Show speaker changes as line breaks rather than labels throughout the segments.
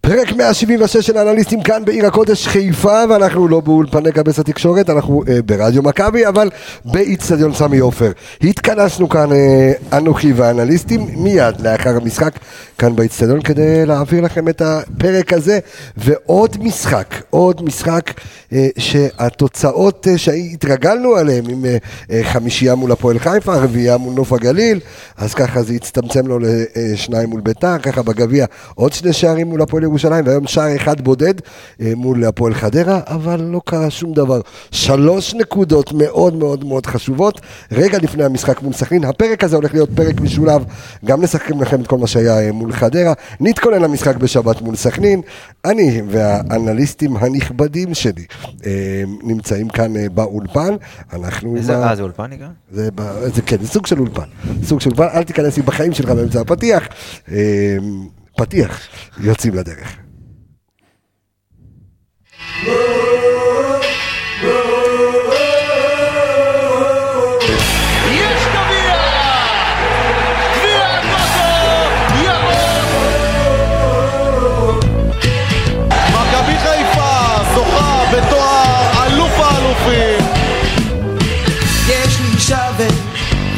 פרק 176 של אנליסטים כאן בעיר הקודש חיפה, ואנחנו לא באולפני גבס התקשורת, אנחנו אה, ברדיו מכבי, אבל באיצטדיון סמי עופר. התכנסנו כאן, אה, אנוכי והאנליסטים, מיד לאחר המשחק כאן באיצטדיון, כדי להעביר לכם את הפרק הזה, ועוד משחק, עוד משחק אה, שהתוצאות אה, שהתרגלנו עליהן, עם אה, אה, חמישייה מול הפועל חיפה, רביעייה מול נוף הגליל, אז ככה זה הצטמצם לו לשניים מול ביתר, ככה בגביע עוד שני שערים מול הפועל ירושלים, והיום שער אחד בודד אה, מול הפועל חדרה, אבל לא קרה שום דבר. שלוש נקודות מאוד מאוד מאוד חשובות, רגע לפני המשחק מול סכנין. הפרק הזה הולך להיות פרק משולב, גם נסכם לכם את כל מה שהיה אה, מול חדרה. נתכונן למשחק בשבת מול סכנין. אני והאנליסטים הנכבדים שלי אה, נמצאים כאן אה, באולפן. אנחנו עם
איזה,
ה-
אה, זה אולפן נקרא?
זה, ב- זה כן, זה סוג של אולפן. סוג של אולפן, אל תיכנס לי בחיים שלך באמצע הפתיח. אה, פתיח, יוצאים לדרך.
יש גביע! גביע הטוטו! יבוא!
מכבי חיפה זוכה בתואר אלוף האלופים.
יש לי שווה,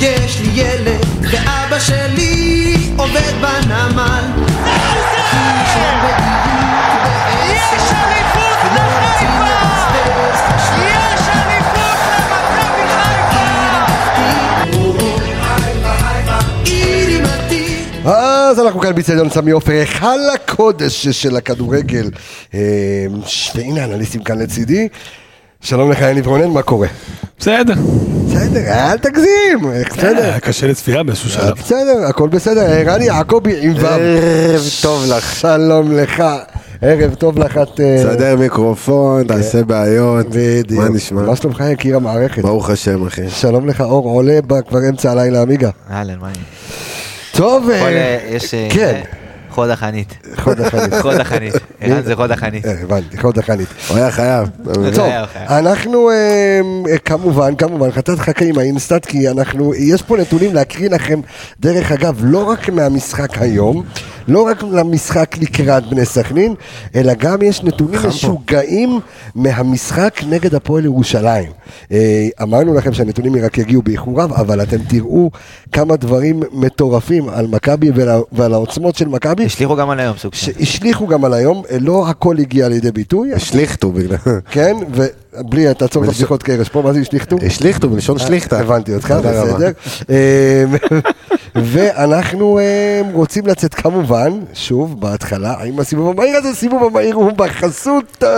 יש לי ילד, ואבא שלי עובד בנמל. שם בדיוק בעשר,
יש אליפות
ולא רוצים
לחיפה!
לבזבז חשמל.
יש אליפות למכבי חיפה!
עיר עימתי,
אז אנחנו כאן באיצטדיון סמי עופר, היכל הקודש של הכדורגל. אה, ש- והנה האנליסטים כאן לצידי. שלום לך, יניב רונן, מה קורה?
בסדר.
בסדר, אל תגזים, אה, בסדר.
היה קשה לצפייה באיזשהו
אה,
שלב.
בסדר, הכל בסדר. אה, רני יעקבי עם ו'.
ערב טוב לך.
שלום לך. ערב טוב לך. את, אה,
תסדר מיקרופון, תעשה בעיות,
בדיוק.
מה נשמע?
מה שלומך, יקיר המערכת?
ברוך השם אחי.
שלום לך אור עולה ב- כבר אמצע הלילה עמיגה.
אהלן, מה העניינים?
טוב, אה,
כל, אה, יש... אה,
כן.
אה, חוד החנית.
חוד החנית.
חוד החנית. ערן זה חוד החנית.
אה, הבנתי, חוד החנית.
הוא היה חייב. אתה מבין?
טוב,
היה אוכל.
אנחנו אה, אה, כמובן, כמובן, חטאת חכה עם האינסטאט, כי אנחנו, יש פה נתונים להקריא לכם, דרך אגב, לא רק מהמשחק היום, לא רק למשחק לקראת בני סכנין, אלא גם יש נתונים משוגעים מהמשחק נגד הפועל ירושלים. אה, אמרנו לכם שהנתונים רק יגיעו באיחוריו, אבל אתם תראו כמה דברים מטורפים על מכבי ועל ה- ועל העוצמות של מכבי.
השליכו גם על היום סוג של.
שהשליכו גם על היום, אה, לא הכל הגיע לידי ביטוי,
השליכתו בגלל...
כן, ובלי, תעצור את הבדיחות קרש פה, מה זה השליכתו?
השליכתו בלשון שליכתה.
הבנתי אותך,
תודה רבה.
בסדר. אמ, ואנחנו אמ, רוצים לצאת כמובן, שוב, בהתחלה, עם הסיבוב המהיר הזה, סיבוב המהיר הוא בחסות אה,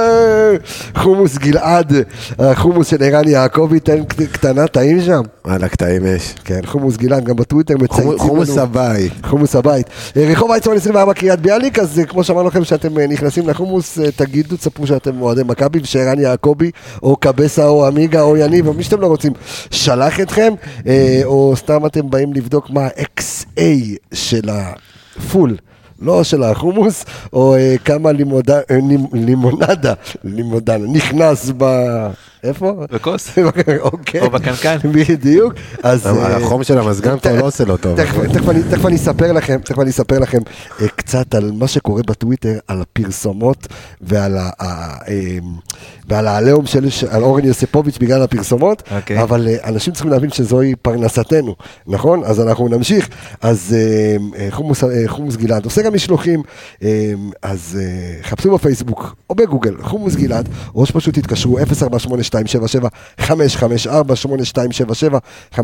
חומוס גלעד, החומוס של ערן יעקבי, תן קט- קטנה, טעים שם.
וואלה, קטעים יש.
כן, חומוס גלעד, גם בטוויטר מצייצים לנו.
חומוס הבאי.
חומוס הבית. אה, רחוב ויצמן 24 קריית ביאליק, אז אה, כמו שאמרנו לכם, שאתם אה, נכנסים לחומוס, אה, תגידו, תספרו שאתם אוהדי מכבי ושערן יעקבי, או קבסה, או עמיגה, או יניב, או מי שאתם לא רוצים, שלח אתכם, אה, או סתם אתם באים לבדוק מה ה-XA של הפול. לא של החומוס, או אה, כמה לימודה, אה, לימ- לימונדה, לימונדה, נכנס ב... איפה?
בכוס.
אוקיי.
או בקנקן.
בדיוק. אז... אה,
החום של המזגן פה לא עושה לו טוב.
תכף- תכף אני- תכף אני אספר לכם, תכף אני אספר לכם אה, קצת על מה שקורה בטוויטר, על הפרסומות ועל ה- ה- אה, ועל העליהום של ש- על אורן יוסיפוביץ' בגלל הפרסומות,
אוקיי.
אבל אה, אנשים צריכים להבין שזוהי פרנסתנו, נכון? אז אנחנו נמשיך. אז אה, אה, חומוס- אה, חומוס גלעד עושה גם משלוחים, אה, אז אה, חפשו בפייסבוק או בגוגל, חומוס גלעד, או שפשוט תתקשרו 048-277-554, 8277-554,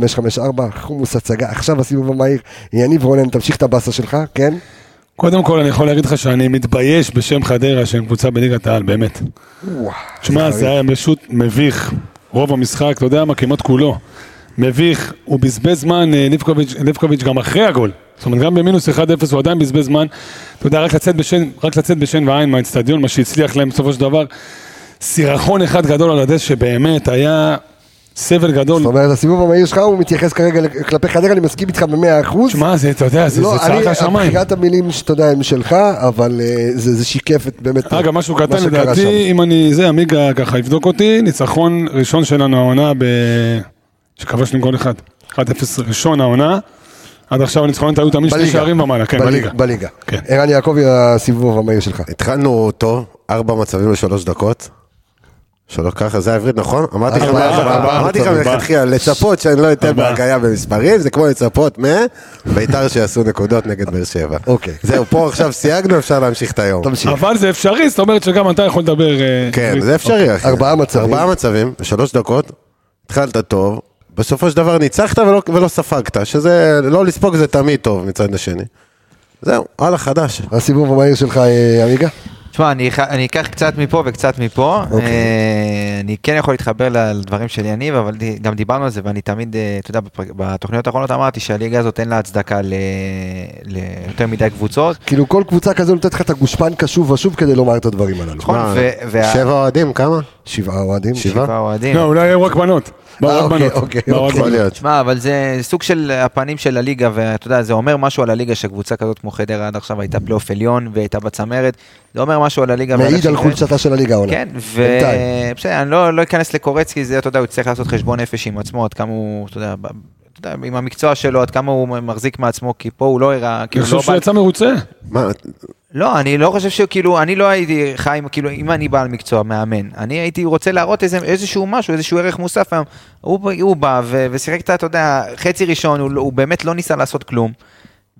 חומוס הצגה, עכשיו הסיבוב המהיר, יניב רונן, תמשיך את הבאסה שלך, כן?
קודם כל אני יכול להגיד לך שאני מתבייש בשם חדרה שהם קבוצה בליגת העל, באמת. תשמע, זה היה פשוט מביך. רוב המשחק, אתה יודע מה, כמעט כולו. מביך, הוא בזבז זמן, אה, ליבקוביץ', ליבקוביץ' גם אחרי הגול. זאת אומרת, גם במינוס 1-0 הוא עדיין בזבז זמן. אתה יודע, רק לצאת בשן, רק לצאת בשן ועין מהאצטדיון, מה שהצליח להם בסופו של דבר. סירחון אחד גדול על הדשא, שבאמת היה סבל גדול.
זאת אומרת, הסיבוב המהיר שלך הוא מתייחס כרגע כלפי חדרה, אני מסכים איתך במאה אחוז.
שמע, זה, אתה יודע, זה
לא,
זה צעק
אני-
השמיים.
בחירת המילים שאתה יודע הם שלך, אבל אה, זה זה שיקף את באמת...
אגב, משהו
מה
קטן
שקרה שם.
לדעתי, אם אני, זה, עמיגה ככה יבדוק אותי, ניצחון ראשון שלנו העונה ב... שכבשנו גול אחד. 1-0 ראשון העונה, עד עכשיו הניצחונות היו תמיד שני
בליגה.
שערים ומעלה, כן, בליגה.
בליגה.
כן.
ערן יעקבי, הסיבוב המהיר שלך.
התחלנו טוב, ארבע מצבים לשלוש דקות. שלוש ככה, זה העברית, נכון? אמרתי לכם
ארבע,
אמרתי
ארבע,
אמרתי לכם
ארבע.
מלכתחילה, לצפות שאני לא אתן
ארבע.
בהגיה במספרים, זה כמו לצפות מביתר שיעשו נקודות נגד באר שבע.
אוקיי.
זהו, פה עכשיו סייגנו, אפשר להמשיך את היום.
תמשיך.
אבל זה אפשרי, זאת אומרת שגם אתה יכול לדבר... אה,
כן,
עברית.
זה אפשרי, אחי.
ארבעה מצבים.
ארבעה מצבים, שלוש דקות, התחלת טוב, בסופו של דבר ניצחת ולא, ולא ספגת, שזה, לא לספוג זה תמיד טוב מצד השני. זהו, הלאה, חדש.
הסיבוב המהיר שלך, אה, עמיגה?
תשמע, אני אח- אני אקח קצת מפה וקצת מפה.
אוקיי.
אה, אני כן יכול להתחבר ל- לדברים של יניב, אבל די- גם דיברנו על זה, ואני תמיד, אה, אתה יודע, בפרק- בתוכניות האחרונות אמרתי שהליגה הזאת אין לה הצדקה ל- ליותר מדי קבוצות.
כאילו כל קבוצה כזו נותנת לך את הגושפנקה שוב ושוב כדי לומר את הדברים הללו.
נכון,
מה,
ו- וה-
שבע אוהדים, כמה?
שבעה אוהדים.
שבעה אוהדים.
לא, אולי היו רק בנות. באו
אה,
רק
אוקיי,
לא, בנות.
אוקיי,
באו רק
אוקיי.
יכול
בנות.
להיות.
תשמע, אבל זה סוג של הפנים של הליגה, ואתה יודע, זה אומר משהו על הליגה שקבוצה כזאת כמו חדרה עד עכשיו הייתה פלייאוף עליון והייתה בצמרת. זה אומר משהו על הליגה. ועל
מעיד על
השגרה.
חולשתה של הליגה העונה.
כן,
בינתיים.
ובסדר, אני לא לא אכנס לקורצקי, זה, אתה יודע, הוא יצטרך לעשות חשבון נפש עם עצמו, עד כמה הוא, אתה יודע, ב- אתה יודע, עם המקצוע שלו, עד כמה הוא מחזיק מעצמו, כי פה הוא לא הראה,
אני
כאילו,
חושב
לא
שהוא
בעל...
יצא מרוצה.
מה,
לא, אני לא חושב שכאילו, אני לא הייתי חי, עם- כאילו, אם אני בעל מקצוע, מאמן, אני הייתי רוצה להראות איזה, איזשהו משהו, איזשהו ערך מוסף. היום. הוא, הוא בא ו, ושיחק את, ה- אתה יודע, חצי ראשון, הוא, לא- הוא באמת לא ניסה לעשות כלום.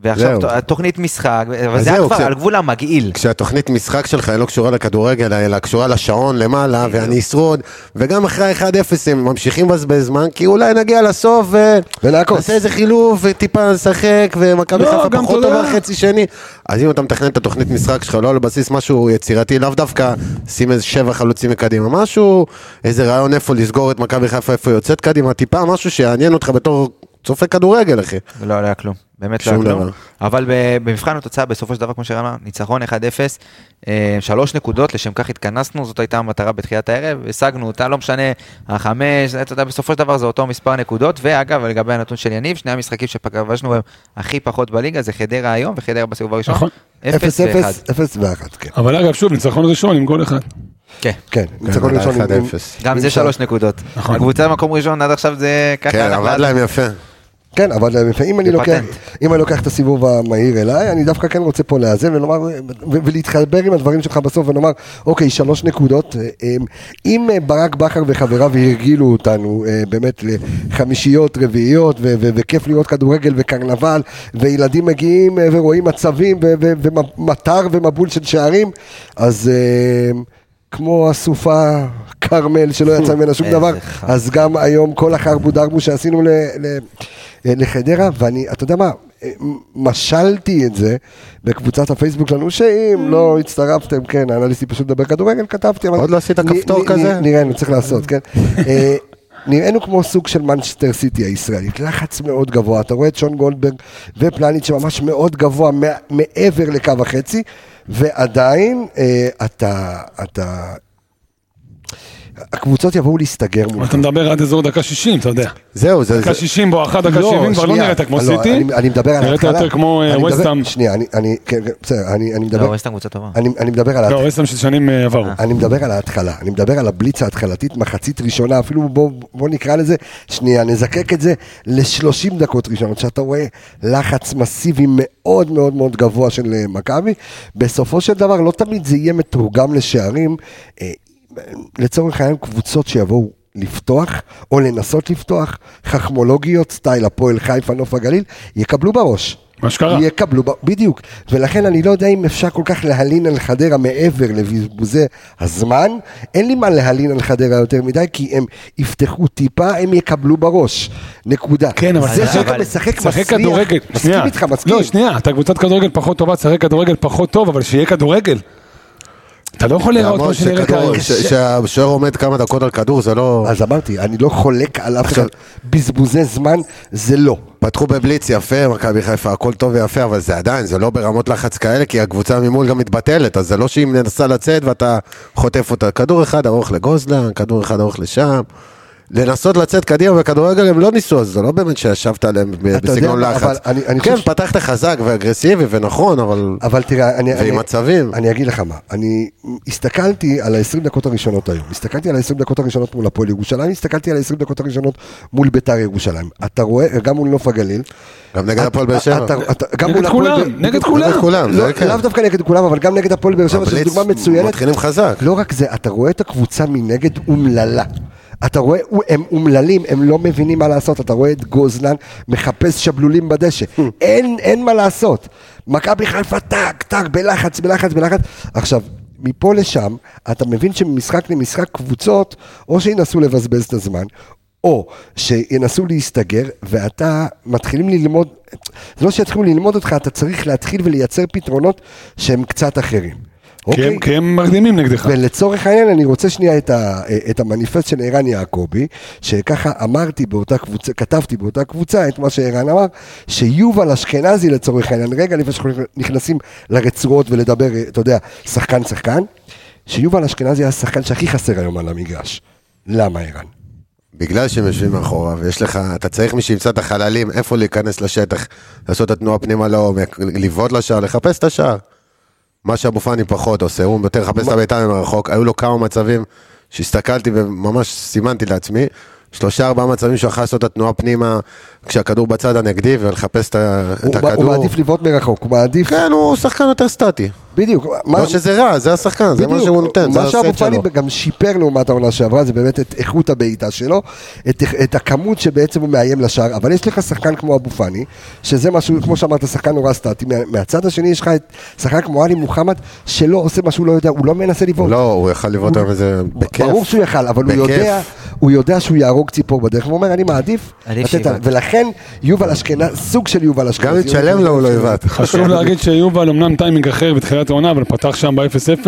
ועכשיו
זהו.
ת- התוכנית משחק, אבל
אז
זה היה
זהו,
כבר
כש-
על גבול המגעיל.
כשהתוכנית משחק שלך היא לא קשורה לכדורגל, אלא קשורה לשעון למעלה, ואני אשרוד, וגם אחרי ה-1-0 הם ממשיכים לבזבז זמן, כי אולי נגיע לסוף ו...
ולעקוץ.
נעשה איזה חילוף, וטיפה נשחק, ומכבי
לא,
חיפה
גם
פחות
אתה יודע.
טובה חצי שני. אז אם אתה מתכנן את התוכנית משחק שלך, לא על בסיס משהו יצירתי, לאו דווקא שים איזה שבע חלוצים מקדימה, משהו, איזה רעיון איפה לסגור את מכבי חיפה, איפה היא יוצאת קדימה, טיפה משהו שיעניין אותך בתור צופה כדורגל, אחי.
כן,
לא, לא היה כלום. באמת לא היה
שום
כלום.
דבר.
אבל ב- במבחן התוצאה, בסופו של דבר, כמו שאמרנו, ניצחון 1-0, אה, שלוש נקודות, לשם כך התכנסנו, זאת הייתה המטרה בתחילת הערב, השגנו אותה, לא משנה, החמש, אתה יודע, בסופו של דבר זה אותו מספר נקודות, ואגב, לגבי הנתון של יניב, שני המשחקים שכבשנו בהם הכי פחות בליגה, זה חדרה היום וחדרה בסיבוב הראשון.
נכון.
0
אפס ואחד.
0 0 ו-1, כן.
אבל אגב, שוב, ניצחון ראשון עם גול אחד.
כן.
כן, ניצחון ראשון. עם-
1-0.
גם זה שלוש נקודות.
נכון.
הקבוצה במקום ראשון, עד עכשיו זה ככה. לא,
כן,
אנחנו
עבד
עד-
להם יפה.
כן, אבל לפעמים אם אני
זה
לוקח,
פטנט.
אם אני לוקח את הסיבוב המהיר אליי, אני דווקא כן רוצה פה לאזן ולומר, ו- ולהתחבר עם הדברים שלך בסוף ולומר, אוקיי, שלוש נקודות. אה, אה, אם אה, ברק בכר וחבריו הרגילו אותנו אה, באמת לחמישיות, רביעיות, ו- ו- וכיף לראות כדורגל וקרנבל, וילדים מגיעים אה, ורואים מצבים, ו- ו- ומטר ומבול של שערים, אז... אה, כמו הסופה כרמל שלא יצא ממנה שום
איזה
דבר,
חרא.
אז גם היום כל החרבו דרבו שעשינו ל, ל, אה, לחדרה, ואני, אתה יודע מה, אה, משלתי את זה בקבוצת הפייסבוק שלנו, שאם לא הצטרפתם, כן, האנליסטי פשוט מדבר כדורגל, כתבתי, אבל...
עוד לא עשית
נ-
כפתור
נ-
כזה?
נ- נראינו, צריך לעשות, כן. אה, נראינו כמו סוג של מנצ'סטר סיטי הישראלית, לחץ מאוד גבוה, אתה רואה את שון גולדברג ופלניץ' שממש מאוד גבוה מע- מעבר לקו החצי, ועדיין אה, אתה, אתה, הקבוצות יבואו להסתגר
אבל
מולך.
אתה מדבר עד אזור דקה 60, אתה יודע.
זהו, זה...
דקה
זה-
60 בואכה, דקה 70 כבר לא
שנייה.
נראית כמו
לא,
סיטי.
אני- אני מדבר על
נראית
ההתחלה.
יותר כמו אה,
אני מדבר-
ווסטאם.
שנייה, אני- אני, כן, כן, בסדר, אני אני
לא,
מדבר,
ווסטהאם קבוצה טובה.
אני אני מדבר על
לא,
ההתחלה.
ווסטהאם של שנים אה, עברו.
אני מדבר על ההתחלה, אני מדבר על הבליץ ההתחלתית, מחצית ראשונה, אפילו בוא, בוא נקרא לזה, שנייה, נזקק את זה ל-30 דקות ראשונות, שאתה רואה לחץ מסיבי מאוד מאוד מאוד גבוה של אה, מכבי. בסופו של דבר, לא תמיד זה יהיה מתורגם לשערים. אה, לצורך העניין, קבוצות שיבואו לפתוח, או לנסות לפתוח, חכמולוגיות, סטייל הפועל חיפה, נוף הגליל, יקבלו בראש.
מה שקרה.
יקבלו, ב- בדיוק. ולכן אני לא יודע אם אפשר כל כך להלין על חדרה מעבר לבזבוזי הזמן. אין לי מה להלין על חדרה יותר מדי, כי הם יפתחו טיפה, הם יקבלו בראש. נקודה.
כן, אבל-
זה
אבל-
שאתה משחק מסריח.
שחק כדורגל,
מסכים איתך, מסכים.
לא, שנייה, אתה קבוצת כדורגל פחות טובה, תשחק כדורגל פחות טוב, אבל שיהיה כדורגל. אתה לא יכול להיראות כמו
למרות
שנראית
שכדור-
כרגע.
ש- שהשוער עומד כמה דקות על כדור, זה לא...
אז אמרתי, אני לא חולק על אף אחד.
עכשיו-
בזבוזי זמן, זה לא.
פתחו בבליץ יפה, מכבי חיפה, הכל טוב ויפה, אבל זה עדיין, זה לא ברמות לחץ כאלה, כי הקבוצה ממול גם מתבטלת, אז זה לא שהיא מנסה לצאת ואתה חוטף אותה. כדור אחד ארוך לגוזלן, כדור אחד ארוך לשם. לנסות לצאת קדימה בכדורגל, הם לא ניסו, אז זה לא באמת שישבת עליהם ב- בסגנון
יודע, אבל
לחץ.
אני- אני
כן,
חושב ש-
פתחת חזק ואגרסיבי ונכון, אבל...
אבל תראה, אני...
ועם
אני-
מצבים.
אני אגיד לך מה, אני הסתכלתי על ה-20 דקות הראשונות היום, הסתכלתי על ה-20 דקות הראשונות מול הפועל ירושלים, הסתכלתי על ה-20 דקות הראשונות מול ביתר ירושלים. אתה רואה, גם מול נוף הגליל.
גם נגד
אתה-
הפועל באר שבע.
אתה- אתה- גם
נגד
מול הפועל
כולם,
באר-
נגד
בדיוק,
כולם.
כולם,
לא-
זה כן.
לאו דווקא נגד כולם, אבל גם נגד הפועל באר שבע, שזו
הבליץ
דוגמה מצוינת.
מתחילים חזק.
לא רק זה, אתה רואה את הקבוצה מנגד אומללה. אתה רואה, הם אומללים, הם לא מבינים מה לעשות, אתה רואה את גוזלן מחפש שבלולים בדשא.
אה.
אין, אין מה לעשות. מכבי חיפה טק, טק, בלחץ, בלחץ, בלחץ. עכשיו, מפה לשם, אתה מבין שממשחק למשחק קבוצות, או שינסו לבזבז את הזמן, או שינסו להסתגר, ואתה, מתחילים ללמוד, זה לא שיתחילו ללמוד אותך, אתה צריך להתחיל ולייצר פתרונות שהם קצת אחרים.
כי
אוקיי?
הם- כי הם מרדימים נגדך.
ולצורך העניין, אני רוצה שנייה את, ה, את המניפסט של ערן יעקבי, שככה אמרתי באותה קבוצה, כתבתי באותה קבוצה את מה שערן אמר, שיובל אשכנזי לצורך העניין, רגע לפני שאנחנו נכנסים לרצועות ולדבר, אתה יודע, שחקן שחקן, שיובל אשכנזי היה השחקן שהכי חסר היום על המגרש. למה ערן?
בגלל שהם יושבים מאחורה, ויש לך, אתה צריך מי שימצא את החללים, איפה להיכנס לשטח, לעשות את התנועה פנימה לעומק, לבעוט לשער, לחפש את השער. מה שאבו פאני פחות עושה, הוא יותר מחפש את הביתה מרחוק, היו לו כמה מצבים שהסתכלתי וממש סימנתי לעצמי, שלושה ארבעה מצבים שהוא יכול לעשות את התנועה פנימה, כשהכדור בצד הנגדי, ולחפש את ה- את
הוא,
הכדור.
הוא מעדיף לבעוט מרחוק, הוא מעדיף,
כן, הוא שחקן יותר סטטי.
בדיוק, מה-
לא שזה רע, זה השחקן, זה מה
בדיוק.
שהוא נותן, זה
מה שאבו
הסט
פאני
שלו.
גם שיפר לעומת העונה שעברה, זה באמת את איכות הבעיטה שלו, את, את הכמות שבעצם הוא מאיים לשער, אבל יש לך שחקן כמו אבו פאני, שזה משהו, כמו שאמרת, שחקן נורא סטטי, מה, מהצד השני יש לך את שחקן כמו עלי מוחמד, שלא עושה מה שהוא לא יודע, הוא לא מנסה לבעוט.
לא, הוא יכל לבעוט היום איזה בכיף.
ברור שהוא יכל, אבל הוא
בכיף.
יודע, הוא יודע שהוא יהרוג ציפור בדרך, הוא אומר, אני מעדיף
עדיף
לתת,
שיבעט."
ולכן יובל אשכנזי, סוג של יובל
גם
אשכנזי.
אם תשלם לו הוא לא יבעט.
חשוב להגיד שיובל אמנם טיימינג אחר בתחילת העונה, אבל פתח שם ב-0-0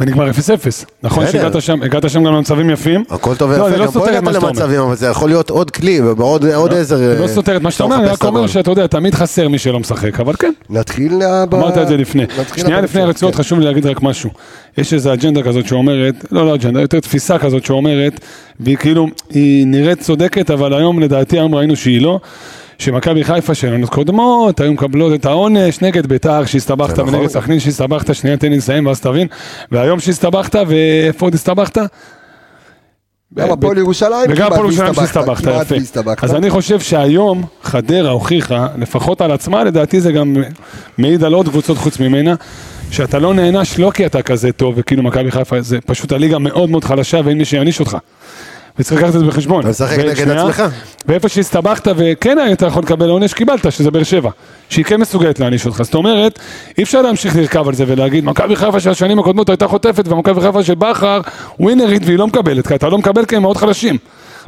ונגמר 0-0. נכון
בסדר.
שהגעת שם, הגעת שם גם למצבים יפים.
הכל טוב
לא,
ויפה,
אני לא
גם פה
סותר את
הגעת
מה שאתה אומר.
למצבים, אבל זה יכול להיות עוד כלי ועוד עוד עזר.
זה לא
אה,
סותר את מה שאתה אומר, אני
מחפש
רק
את הגול.
אומר שאתה יודע, תמיד חסר מי שלא משחק, אבל כן.
נתחיל...
אה,
ב-
אמרת את זה לפני.
נתחיל
שנייה
בפרצוף,
לפני הרצועות
כן.
חשוב לי להגיד רק משהו. יש איזו אג'נדה כזאת שאומרת, לא לא אג'נדה, יותר תפיסה כזאת שאומרת, והיא כאילו, היא נראית צודקת, אבל היום לדעתי היום ראינו שהיא לא. שמכבי חיפה של עונות קודמות, היו מקבלות את העונש נגד ביתר שהסתבכת
זה נכון.
ונגד סכנין שהסתבכת, שנייה תן לי לסיים ואז תבין. והיום שהסתבכת ואיפה עוד הסתבכת?
גם הפועל ירושלים
וגם
כמעט
הפועל ירושלים
והסתבכת,
שהסתבכת,
כמעט
יפה.
והסתבכת.
אז אני חושב שהיום חדרה הוכיחה, לפחות על עצמה, לדעתי זה גם מעיד על עוד קבוצות חוץ ממנה, שאתה לא נענש לא כי אתה כזה טוב, וכאילו מכבי חיפה, זה פשוט הליגה מאוד מאוד חלשה ואין מי שיעניש אותך. וצריך לקחת את זה בחשבון.
אתה משחק נגד
ושנייה,
עצמך.
ואיפה שהסתבכת וכן היית יכול לקבל עונש, קיבלת, שזה באר שבע. שהיא כן מסוגלת להעניש אותך. זאת אומרת, אי אפשר להמשיך לרכב על זה ולהגיד, מכבי חיפה של השנים הקודמות הייתה חוטפת, ומכבי חיפה של בכר ווינרית והיא לא מקבלת, כי אתה לא מקבל כי הם מאוד חלשים.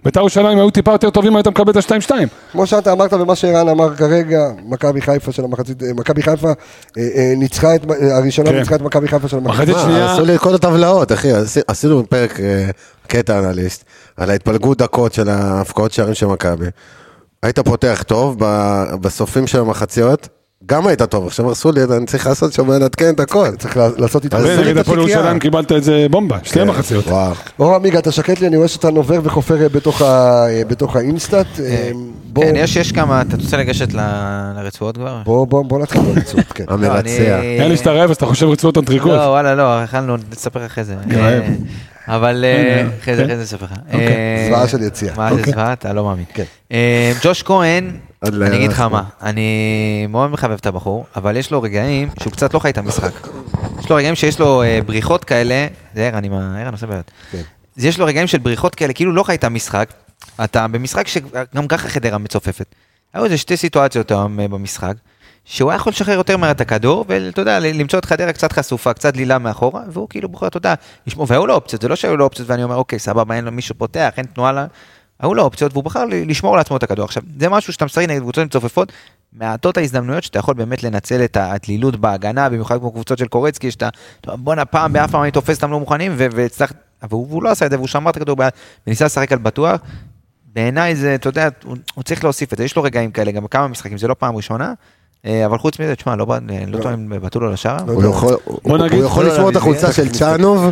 בית"ר ירושלים היו טיפה יותר טובים, היית מקבל את ה-2-2.
כמו שאתה אמרת ומה שערן אמר כרגע, מכבי חיפה של המחצית, אה, מכבי חיפה אה, אה, ניצחה את, אה, הראשונה
כן.
ניצחה את מכבי חיפה של המחצית.
מחצית
מה,
שנייה,
עשו אה, לי את כל הטבלאות, אחי, עשי- עשינו פרק אה, קטע אנליסט, על ההתפלגות דקות של ההפקעות שערים של מכבי. היית פותח טוב, ב- בסופים של המחציות, גם היית טוב, עכשיו הרסו לי, אני צריך לעשות שם לעדכן את הכל.
צריך לע- לעשות איתה.
אבל
עשו לי
ונגד
את
הפועל
התיקייה.
ירושלים קיבלת את זה בומבה, שתי מחציות.
כן. אה, וואו.
אור עמיגה, אתה שקט לי, אני רואה שאתה נובר וחופר אה, בתוך ה- אה, בתוך האינסטאט. אה, בוא-
כן, יש יש כמה, אתה רוצה לגשת ל- לרצועות כבר?
בוא- בוא בוא נתחיל ברצועות, כן.
לא,
המרצע.
אני-
נראה לי שאתה רעב, אז אתה חושב רצועות אנטריקוט.
לא, וואלה, לא, אכלנו, נספר אחרי זה.
רעב.
אה, אבל אה,
הנה,
אחרי זה,
כן.
אחרי זה נספר לך.
אוקיי.
אה,
זוועה של יציאה.
מה זה
אוקיי. לא
זוועה? אתה לא מאמין.
כן.
אה, ג'וש כהן,
עד
אני אגיד לך
לעשות.
מה, אני מאוד מחבב את הבחור, אבל יש לו רגעים שהוא קצת לא חי את המשחק. יש לו רגעים שיש לו אה, בריחות כאלה, זה ערן עם ה... ערן עושה בעיות.
כן.
אז יש לו רגעים של בריחות כאלה, כאילו לא חי את המשחק, אתה במשחק שגם ככה חדרה מצופפת. היו איזה שתי סיטואציות היום אה, במשחק, שהוא היה יכול לשחרר יותר מהר את הכדור, ואתה יודע, ל- למצוא את חדרה קצת חשופה, קצת דלילה מאחורה, והוא כאילו בוחר, אתה יודע, לשמור, והיו לו אופציות, זה לא שהיו לו אופציות, ואני אומר, אוקיי, סבבה, אין לו מישהו פותח, אין תנועה ל... היו לו אופציות, והוא בחר ל- לשמור לעצמו את הכדור. עכשיו, זה משהו שאתה משחק נגד קבוצות מצופפות, מעטות ההזדמנויות שאתה יכול באמת לנצל את הדלילות בהגנה, במיוחד כמו קבוצות של קורצקי, שאתה, "טוב, בואנה, פעם באף פעם אני תופס אותם לא מוכנים, ו- והצלחת, אבל הוא והוא לא עשה את זה, והוא שמר את הכדור ביד, וניסה לשחק על בטוח. בעיניי זה, אתה יודע, הוא, הוא צריך להוסיף את זה, יש לו רגעים כאלה, גם כמה משחקים, זה לא פעם ראשונה, אה, אבל חוץ מזה,
לא.
תשמע, לא, בא- לא טוען, בעטו לו לשער.
הוא יכול- הוא-
נגיד-
הוא יכול לשמור את החולצה של צ'אנוב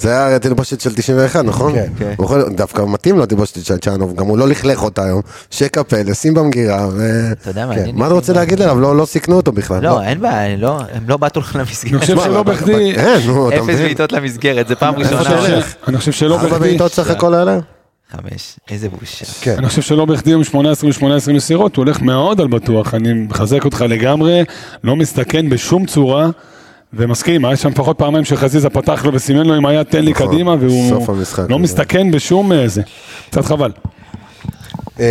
זה היה התלבושת של 91, נכון?
כן.
כן.
הוא יכול- דווקא מתאים לו התלבושת של צ'אנוב, גם הוא לא לכלך אותה היום. שיקפל, לשים במגירה, ו...
אתה יודע מה,
כן.
אני-
מה אתה רוצה להגיד עליו? לא לא סיכנו אותו בכלל.
לא, אין בעיה, אני לא- הם לא בעטו לך
אני
למסגרת.
חושב שלא
אבל-
בכדי,
אין, כן, נו, אתה
אפס
מבין?
בעיטות למסגרת, זה פעם
אני
ראשונה.
חושב
עולה.
ש- אני חושב שלא
ארבע
בכדי,
בעיטות סך הכל עליו?
חמש, איזה בושה.
כן.
אני חושב שלא בכדי הוא 18 ו-18 מסירות, הוא הולך מאוד על בטוח, אני מחזק אותך לגמרי, לא מסתכן בשום צורה, ומסכים, היה שם לפחות פעמיים שחזיזה פתח לו וסימן לו עם היד תן לי
נכון,
קדימה,
סוף
והוא
המשחק,
לא
כן.
מסתכן בשום אה, זה, קצת חבל.
אמ,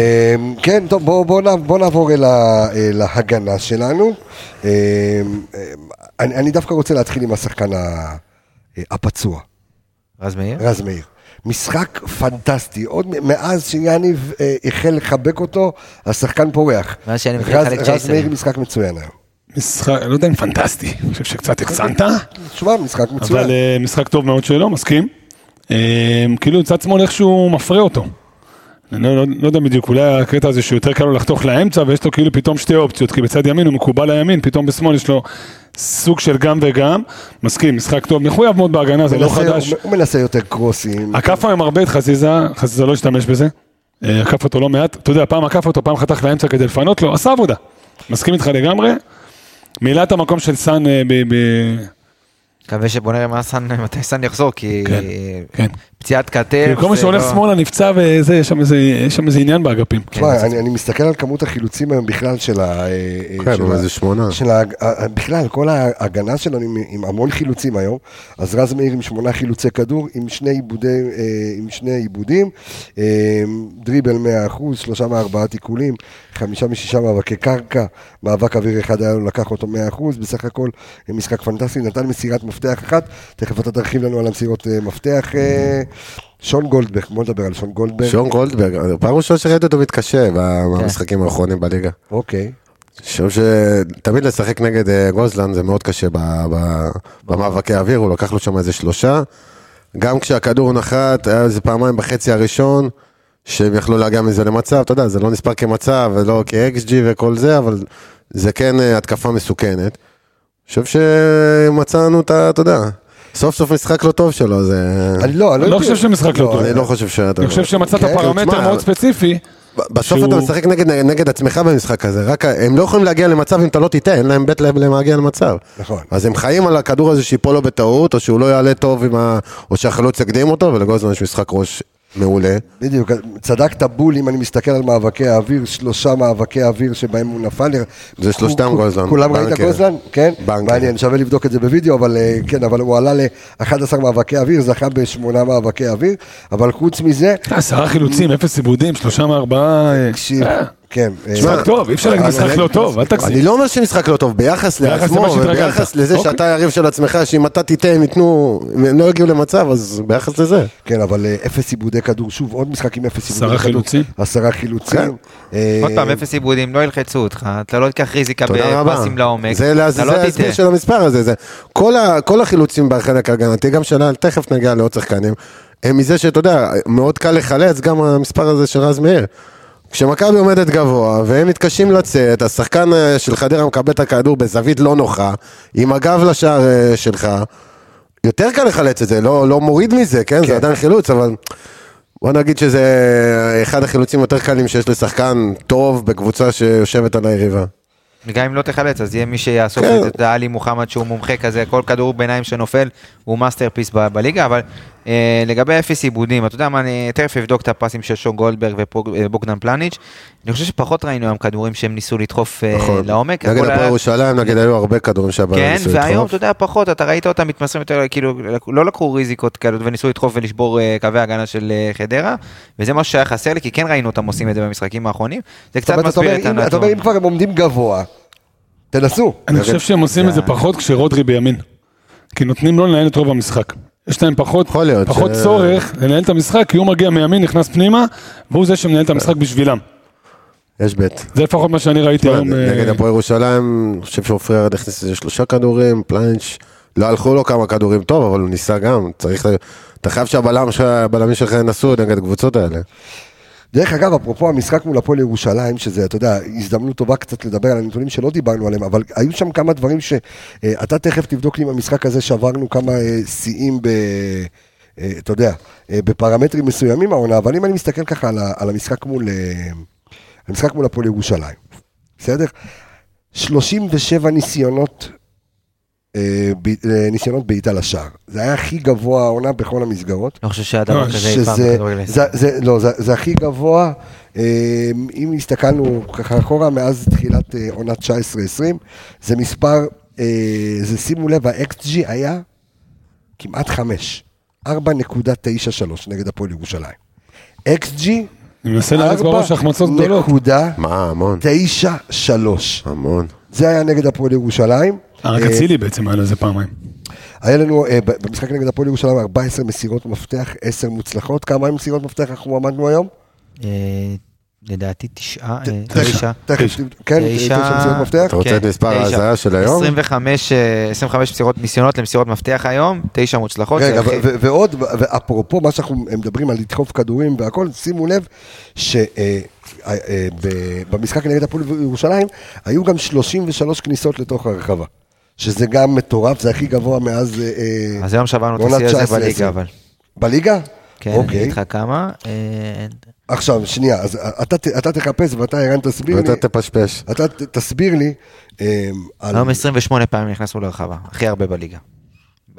כן, טוב, בואו בוא, נע- בוא נעבור אל ה, אל ההגנה שלנו. אמ, אמ, אני, אני דווקא רוצה להתחיל עם השחקן ה- אה, הפצוע,
רז מאיר?
רז מאיר. משחק פנטסטי, עוד מ- מאז שיאניב אה, החל לחבק אותו, השחקן פורח.
מאז שיאניב התחיל
רז-
לחלק
רז
צ'ייסרים.
מאיר משחק מצוין היום.
משחק, לא יודע אם פנטסטי, אני חושב שקצת הקצנת,
תשמע, משחק מצוין.
אבל אה, משחק טוב מאוד שלו, מסכים. אה, כאילו צד שמאל איכשהו מפרה אותו. אני לא, לא, לא יודע בדיוק, אולי הקטע הזה שיותר קל לו לחתוך לאמצע ויש לו כאילו פתאום שתי אופציות, כי בצד ימין הוא מקובל לימין, פתאום בשמאל יש לו סוג של גם וגם. מסכים, משחק טוב, מחויב מאוד בהגנה, זה לא
מנסה-
חדש. אה,
הוא מנסה יותר קרוסים.
עקף היום הרבה את חזיזה, חזיזה לא השתמש בזה. אה, עקף אותו לא מעט, אתה יודע, פעם עקף אותו, פעם חתך לאמצע כדי לפנות לו, עשה עבודה. מסכים איתך לגמרי. מילא את המקום של סאן אה, ב... ב-
מקווה שבוא נראה מה סן, מתי סן יחזור, כי
כן, כן.
פציעת כתף.
כאילו, כל מי
זה
שהולך
לא-
שמאלה נפצע וזה, יש שם איזה- יש שם איזה עניין באגפים.
כן. לא,
תשמע, אני, אני מסתכל על כמות החילוצים היום בכלל של ה... אה, אה,
כן,
של
הוא
ה-
איזה שמונה.
של ה... ה- בכלל, כל ההגנה שלנו עם, עם המון חילוצים היום. אז רז מאיר עם שמונה חילוצי כדור, עם שני, עיבודי, אה, עם שני עיבודים, אה, דריבל 100%, שלושה מארבעה תיקולים, חמישה משישה מאבקי קרקע, מאבק אוויר אחד היה לו, לקח אותו 100%, בסך הכל אה, משחק פנטסטי, נתן מסירת מפתח אחת, תכף אתה תרחיב לנו על המסירות אה, מפתח. אה, שון גולדברג, בוא נדבר על שון גולדברג.
שון גולדברג, פעם ראשונה שראיתי אותו מתקשה במשחקים האחרונים בליגה.
אוקיי.
חושב שתמיד לשחק נגד אה, גוזלן זה מאוד קשה ב- ב- במאבקי האוויר, הוא לקח לו שם איזה שלושה. גם כשהכדור נחת, היה איזה פעמיים בחצי הראשון, שהם יכלו להגיע מזה למצב, אתה יודע, זה לא נספר כמצב ולא כ-XG וכל זה, אבל זה כן אה, התקפה מסוכנת. אני חושב שמצאנו את ה... אתה יודע, סוף סוף משחק לא טוב שלו, זה...
אני לא, אני
אני
לא
לא חושב שמשחק לא טוב.
אני לא חושב שאתה...
אני חושב שמצאת
כן,
פרמטר
תשמע,
מאוד ספציפי.
ב- בסוף
שהוא-
אתה משחק נגד, נגד עצמך במשחק הזה, רק ה- הם לא יכולים להגיע למצב אם אתה לא תיתן, אין להם בית לב להגיע למצב.
נכון.
אז הם חיים על הכדור הזה שיפול לו בטעות, או שהוא לא יעלה טוב עם ה... או שהחלוץ יקדים אותו, ולגוזמן יש משחק ראש מעולה.
בדיוק, צדקת בול אם אני מסתכל על מאבקי האוויר, שלושה מאבקי האוויר שבהם הוא נפל.
זה
כו-
שלושתם
כו-
גוזלן.
כולם ראית
בנקר.
גוזלן? כן?
בנקר.
מעניין, שווה לבדוק את זה בווידאו, אבל אה, כן, אבל הוא עלה ל-11 מאבקי אוויר, זכה בשמונה מאבקי אוויר, אבל חוץ מזה,
אה, עשרה חילוצים, אפס עיבודים, שלושה מארבעה. אה,
תקשיב, כן. אה,
משחק טוב, אי אפשר להגיד משחק לא טוב, אל
אני
תגזים.
לא אומר שמשחק לא טוב, ביחס
ביחס
לעצמו,
למה שהתרגלת.
וביחס לזה
אוקיי.
שאתה יריב של עצמך, שאם אתה תיתן, ייתנו, אם הם לא יגיעו למצב, אז ביחס לזה.
כן, אבל אה, אפס עיבודי כדור, שוב, עוד משחק עם אפס עיבודי כדור.
עשרה חילוצים.
עשרה
כן.
חילוצים. אה,
עוד פעם, אפס עיבודים, לא ילחצו אותך, אתה לא תיקח ריזיקה
תודה רבה.
בפסים לעומק.
זה
אתה לא
לעזאזל ההסבר
תטעה.
של המספר הזה. זה- כל ה- כל החילוצים בחלק ההגנתי, גם שלה, תכף נגיע לעוד שחקנים, הם מזה שאתה יודע, מאוד קל לחלץ גם המספר הזה של רז מאיר. כשמכבי עומדת גבוה, והם מתקשים לצאת, השחקן אה, של חדרה מקבל את הכדור בזווית לא נוחה, עם הגב לשער אה, שלך, יותר קל לחלץ את זה, לא לא מוריד מזה, כן? זה עדיין חילוץ, אבל... בוא נגיד שזה אה, אחד החילוצים היותר קלים שיש לשחקן טוב בקבוצה שיושבת על היריבה.
גם אם לא תחלץ, אז יהיה מי שיאסוף
כן.
את זה, אתה יודע, עלי מוחמד שהוא מומחה כזה, כל כדור ביניים שנופל הוא מאסטרפיס ב- בליגה, אבל אה, לגבי אפס עיבודים, אתה יודע מה, אני תכף אבדוק את הפסים של שון גולדברג ובוגדן פלניץ', אני חושב שפחות ראינו היום כדורים שהם ניסו לדחוף אה,
נכון.
לעומק.
נכון. נגד
הכל
הפועל
היה-
ירושלים, נגד היו הרבה כדורים שהבעיה
כן,
ניסו
והיום,
לדחוף.
אתה יודע, פחות, אתה ראית אותם מתמסרים יותר, כאילו, לא לקחו ריזיקות כאלה וניסו לדחוף ולשבור אה, קווי הגנה של אה, חדרה, וזה מה שהיה חסר לי, כי כן ראינו אותם עושים את זה במשחקים האחרונים, זה
זאת
קצת
אומרת, אתה
מסביר
אומר,
את
אם- אתה
הנתון.
אומר, אם כבר הם עומדים גבוה, תנסו.
אני חושב שהם עושים את זה
כן.
זה-
פחות כשרודרי בימין. כי נותנים לו לנהל את רוב המשחק. יש להם פחות,
יכול להיות
פחות
ש-
צורך לנהל את המשחק, כי הוא מגיע מימין, נכנס פנימה, והוא זה שמנהל את המשחק בשבילם.
יש בית.
זה לפחות מה שאני ראיתי היום. אה,
נגד הפועל ירושלים, אני חושב שעופרי ירד הכניס איזה שלושה כדורים, פליינץ', לא הלכו לו כמה כדורים טוב, אבל הוא ניסה גם, צריך... ל- אתה חייב שהבלם ש- הבלמים שלך ינסו נגד הקבוצות האלה.
דרך אגב, אפרופו המשחק מול הפועל ירושלים, שזה, אתה יודע, הזדמנות טובה קצת לדבר על הנתונים שלא דיברנו עליהם, אבל היו שם כמה דברים שאתה תכף תבדוק לי אם המשחק הזה שברנו כמה אה, שיאים אה, ב... אה, אתה יודע, אה, בפרמטרים מסוימים העונה, אבל אם אני מסתכל ככה על, ה- על המשחק מול, אה, המשחק מול הפועל ירושלים, בסדר? 37 ניסיונות, אה, ב- אה, ניסיונות בעיטה לשער. זה היה הכי גבוה העונה בכל המסגרות.
אני חושב שהיה דבר
לא,
כזה אי פעם
שזה,
בכדורגל
זה,
הישראלי.
זה, לא, זה, זה הכי גבוה, אה, אם הסתכלנו ככה אחורה, מאז תחילת אה, עונת 19-20, זה מספר, אה, זה שימו לב, ה-XG היה כמעט 5, 4.93 נגד הפועל ירושלים. XG,
אני מנסה להריץ בראש החמצות גדולות.
4.93.
מה, המון. המון.
זה היה נגד הפועל ירושלים.
רק
אה,
אצילי בעצם היה לזה פעמיים.
היה לנו אה, ב- במשחק נגד הפועל ירושלים 14 מסירות מפתח, 10 מוצלחות. כמה מסירות מפתח אנחנו עמדנו היום?
אה, לדעתי תשעה, אה, תשע.
תכף,
תשע.
כן, תשע מסירות מפתח.
אתה רוצה את
כן,
מספר
תשע.
ההזיה של היום?
25, אה, 25 מסירות ניסיונות למסירות מפתח היום, תשע מוצלחות.
רגע,
זה הכי-
ו- ו- ועוד, ו- ואפרופו מה שאנחנו מדברים על לדחוף כדורים והכל, שימו לב אה, שבמשחק נגד הפועל ירושלים היו גם 33 כניסות לתוך הרחבה, שזה גם מטורף, זה הכי גבוה מאז... אה, אה,
אז היום שברנו את
עונת
השיא הזה
19-20.
בליגה, אבל.
בליגה?
כן, אני
אוקיי.
אגיד לך כמה. אה,
עכשיו, שנייה, אז אה, אתה, ת- אתה תחפש ואתה, ערן, תסביר לי,
ואתה תפשפש.
אתה ת- תסביר לי, אה, על-
היום 28 פעמים נכנסנו לרחבה, הכי הרבה בליגה.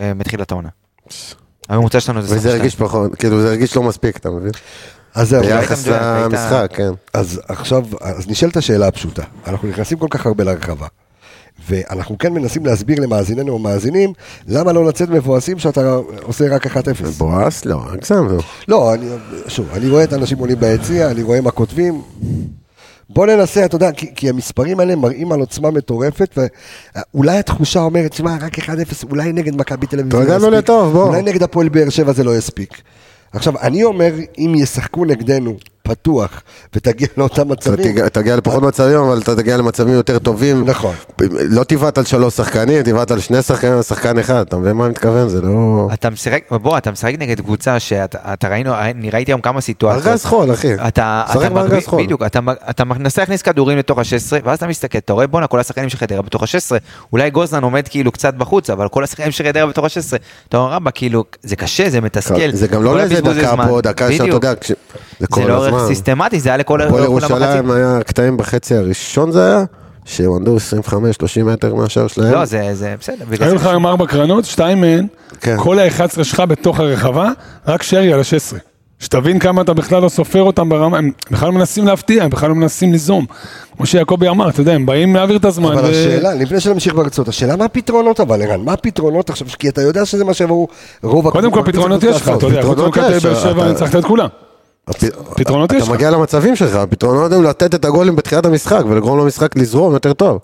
אה, מתחילת העונה. הממוצע שלנו זה
וזה
22.
הרגיש פחות, כאילו זה הרגיש לא מספיק, אתה מבין?
אז זהו,
היית
ביחס
מדויק, היית-
למשחק, כן.
אז עכשיו, אז נשאלת השאלה הפשוטה. אנחנו נכנסים כל כך הרבה לרחבה, ואנחנו כן מנסים להסביר למאזיננו ומאזינים, למה לא לצאת מבואסים שאתה עושה רק 1-0.
בועס? לא, הגזמנו.
לא, אני, שוב, אני רואה את האנשים עולים ביציע, אני רואה מה כותבים. בוא ננסה, אתה יודע, כי, כי המספרים האלה מראים על עוצמה מטורפת, ואולי התחושה אומרת, שמע, רק 1-0, אולי נגד מכבי תל אביב זה לא
התרגלנו
יספיק.
לא לטוב, בוא.
אולי נגד הפועל באר שבע זה לא יספיק. עכשיו, אני אומר, אם ישחקו נגדנו פתוח, ותגיע לאותם
אתה
מצבים,
תגיע- תגיע לפחות מצבים, אבל אתה תגיע למצבים יותר טובים.
נכון.
לא תבעט על שלוש שחקנים, תבעט על שני שחקנים, על שחקן אחד. אתה מבין מה אני מתכוון? זה לא...
אתה משחק, בוא, אתה משחק נגד קבוצה שאתה אתה ראינו, אני ראיתי היום כמה סיטואציות.
ארגז חול, אחי.
אתה,
שחק
אתה
בארגז
מגביל-
חול.
בדיוק, אתה, מג- אתה מנסה להכניס כדורים לתוך ה-16, ואז אתה מסתכל, אתה רואה בואנה, כל השחקנים של חדרה בתוך ה-16, אולי גוזלן עומד כאילו קצת בחוץ, אבל כל השחקנים של חדרה בתוך ה-16, אתה אומר, רבא, כאילו, זה קשה, זה מתסכל.
זה גם
כן, כל
לא לאיזה
הבזבוז
דקה
זמן."
פה, דקה שם, אתה
בדיוק.
יודע, כש- זה
זה
כל
לאורך
הזמן.
סיסטמטי, זה היה לכל
הפועל
לאורך כל
ירושלים
המחצית.
היה קטעים בחצי הראשון זה היה, שהם עמדו 25-30 מטר מהשאר שלהם.
לא, זה זה בסדר. בגלל
היו
זה-
לך היום ארבע קרנות, שתיים מהן,
כן.
כל ה-11 שלך בתוך הרחבה, רק שרי על ה-16. שתבין כמה אתה בכלל לא סופר אותם ברמה, הם בכלל לא מנסים להפתיע, הם בכלל לא מנסים ליזום. כמו שיעקבי אמר, אתה יודע, הם באים להעביר את הזמן.
אבל
ו-
השאלה, לפני שנמשיך ברצות, השאלה מה הפתרונות אבל, ערן? מה הפתרונות עכשיו? כי אתה יודע שזה מה שעברו רוב
קודם כל
הקבוצות
פתרונות יש לך,
לעשות.
אתה יודע, חוץ
פתרונות
מקטעי
יש,
באר
אתה-
שבע ניצחת את כולם.
הפ-
פתרונות יש
אתה
לך.
מגיע למצבים שלך, הפתרונות הוא לתת את הגולים בתחילת המשחק ולגרום למשחק לזרום יותר טוב.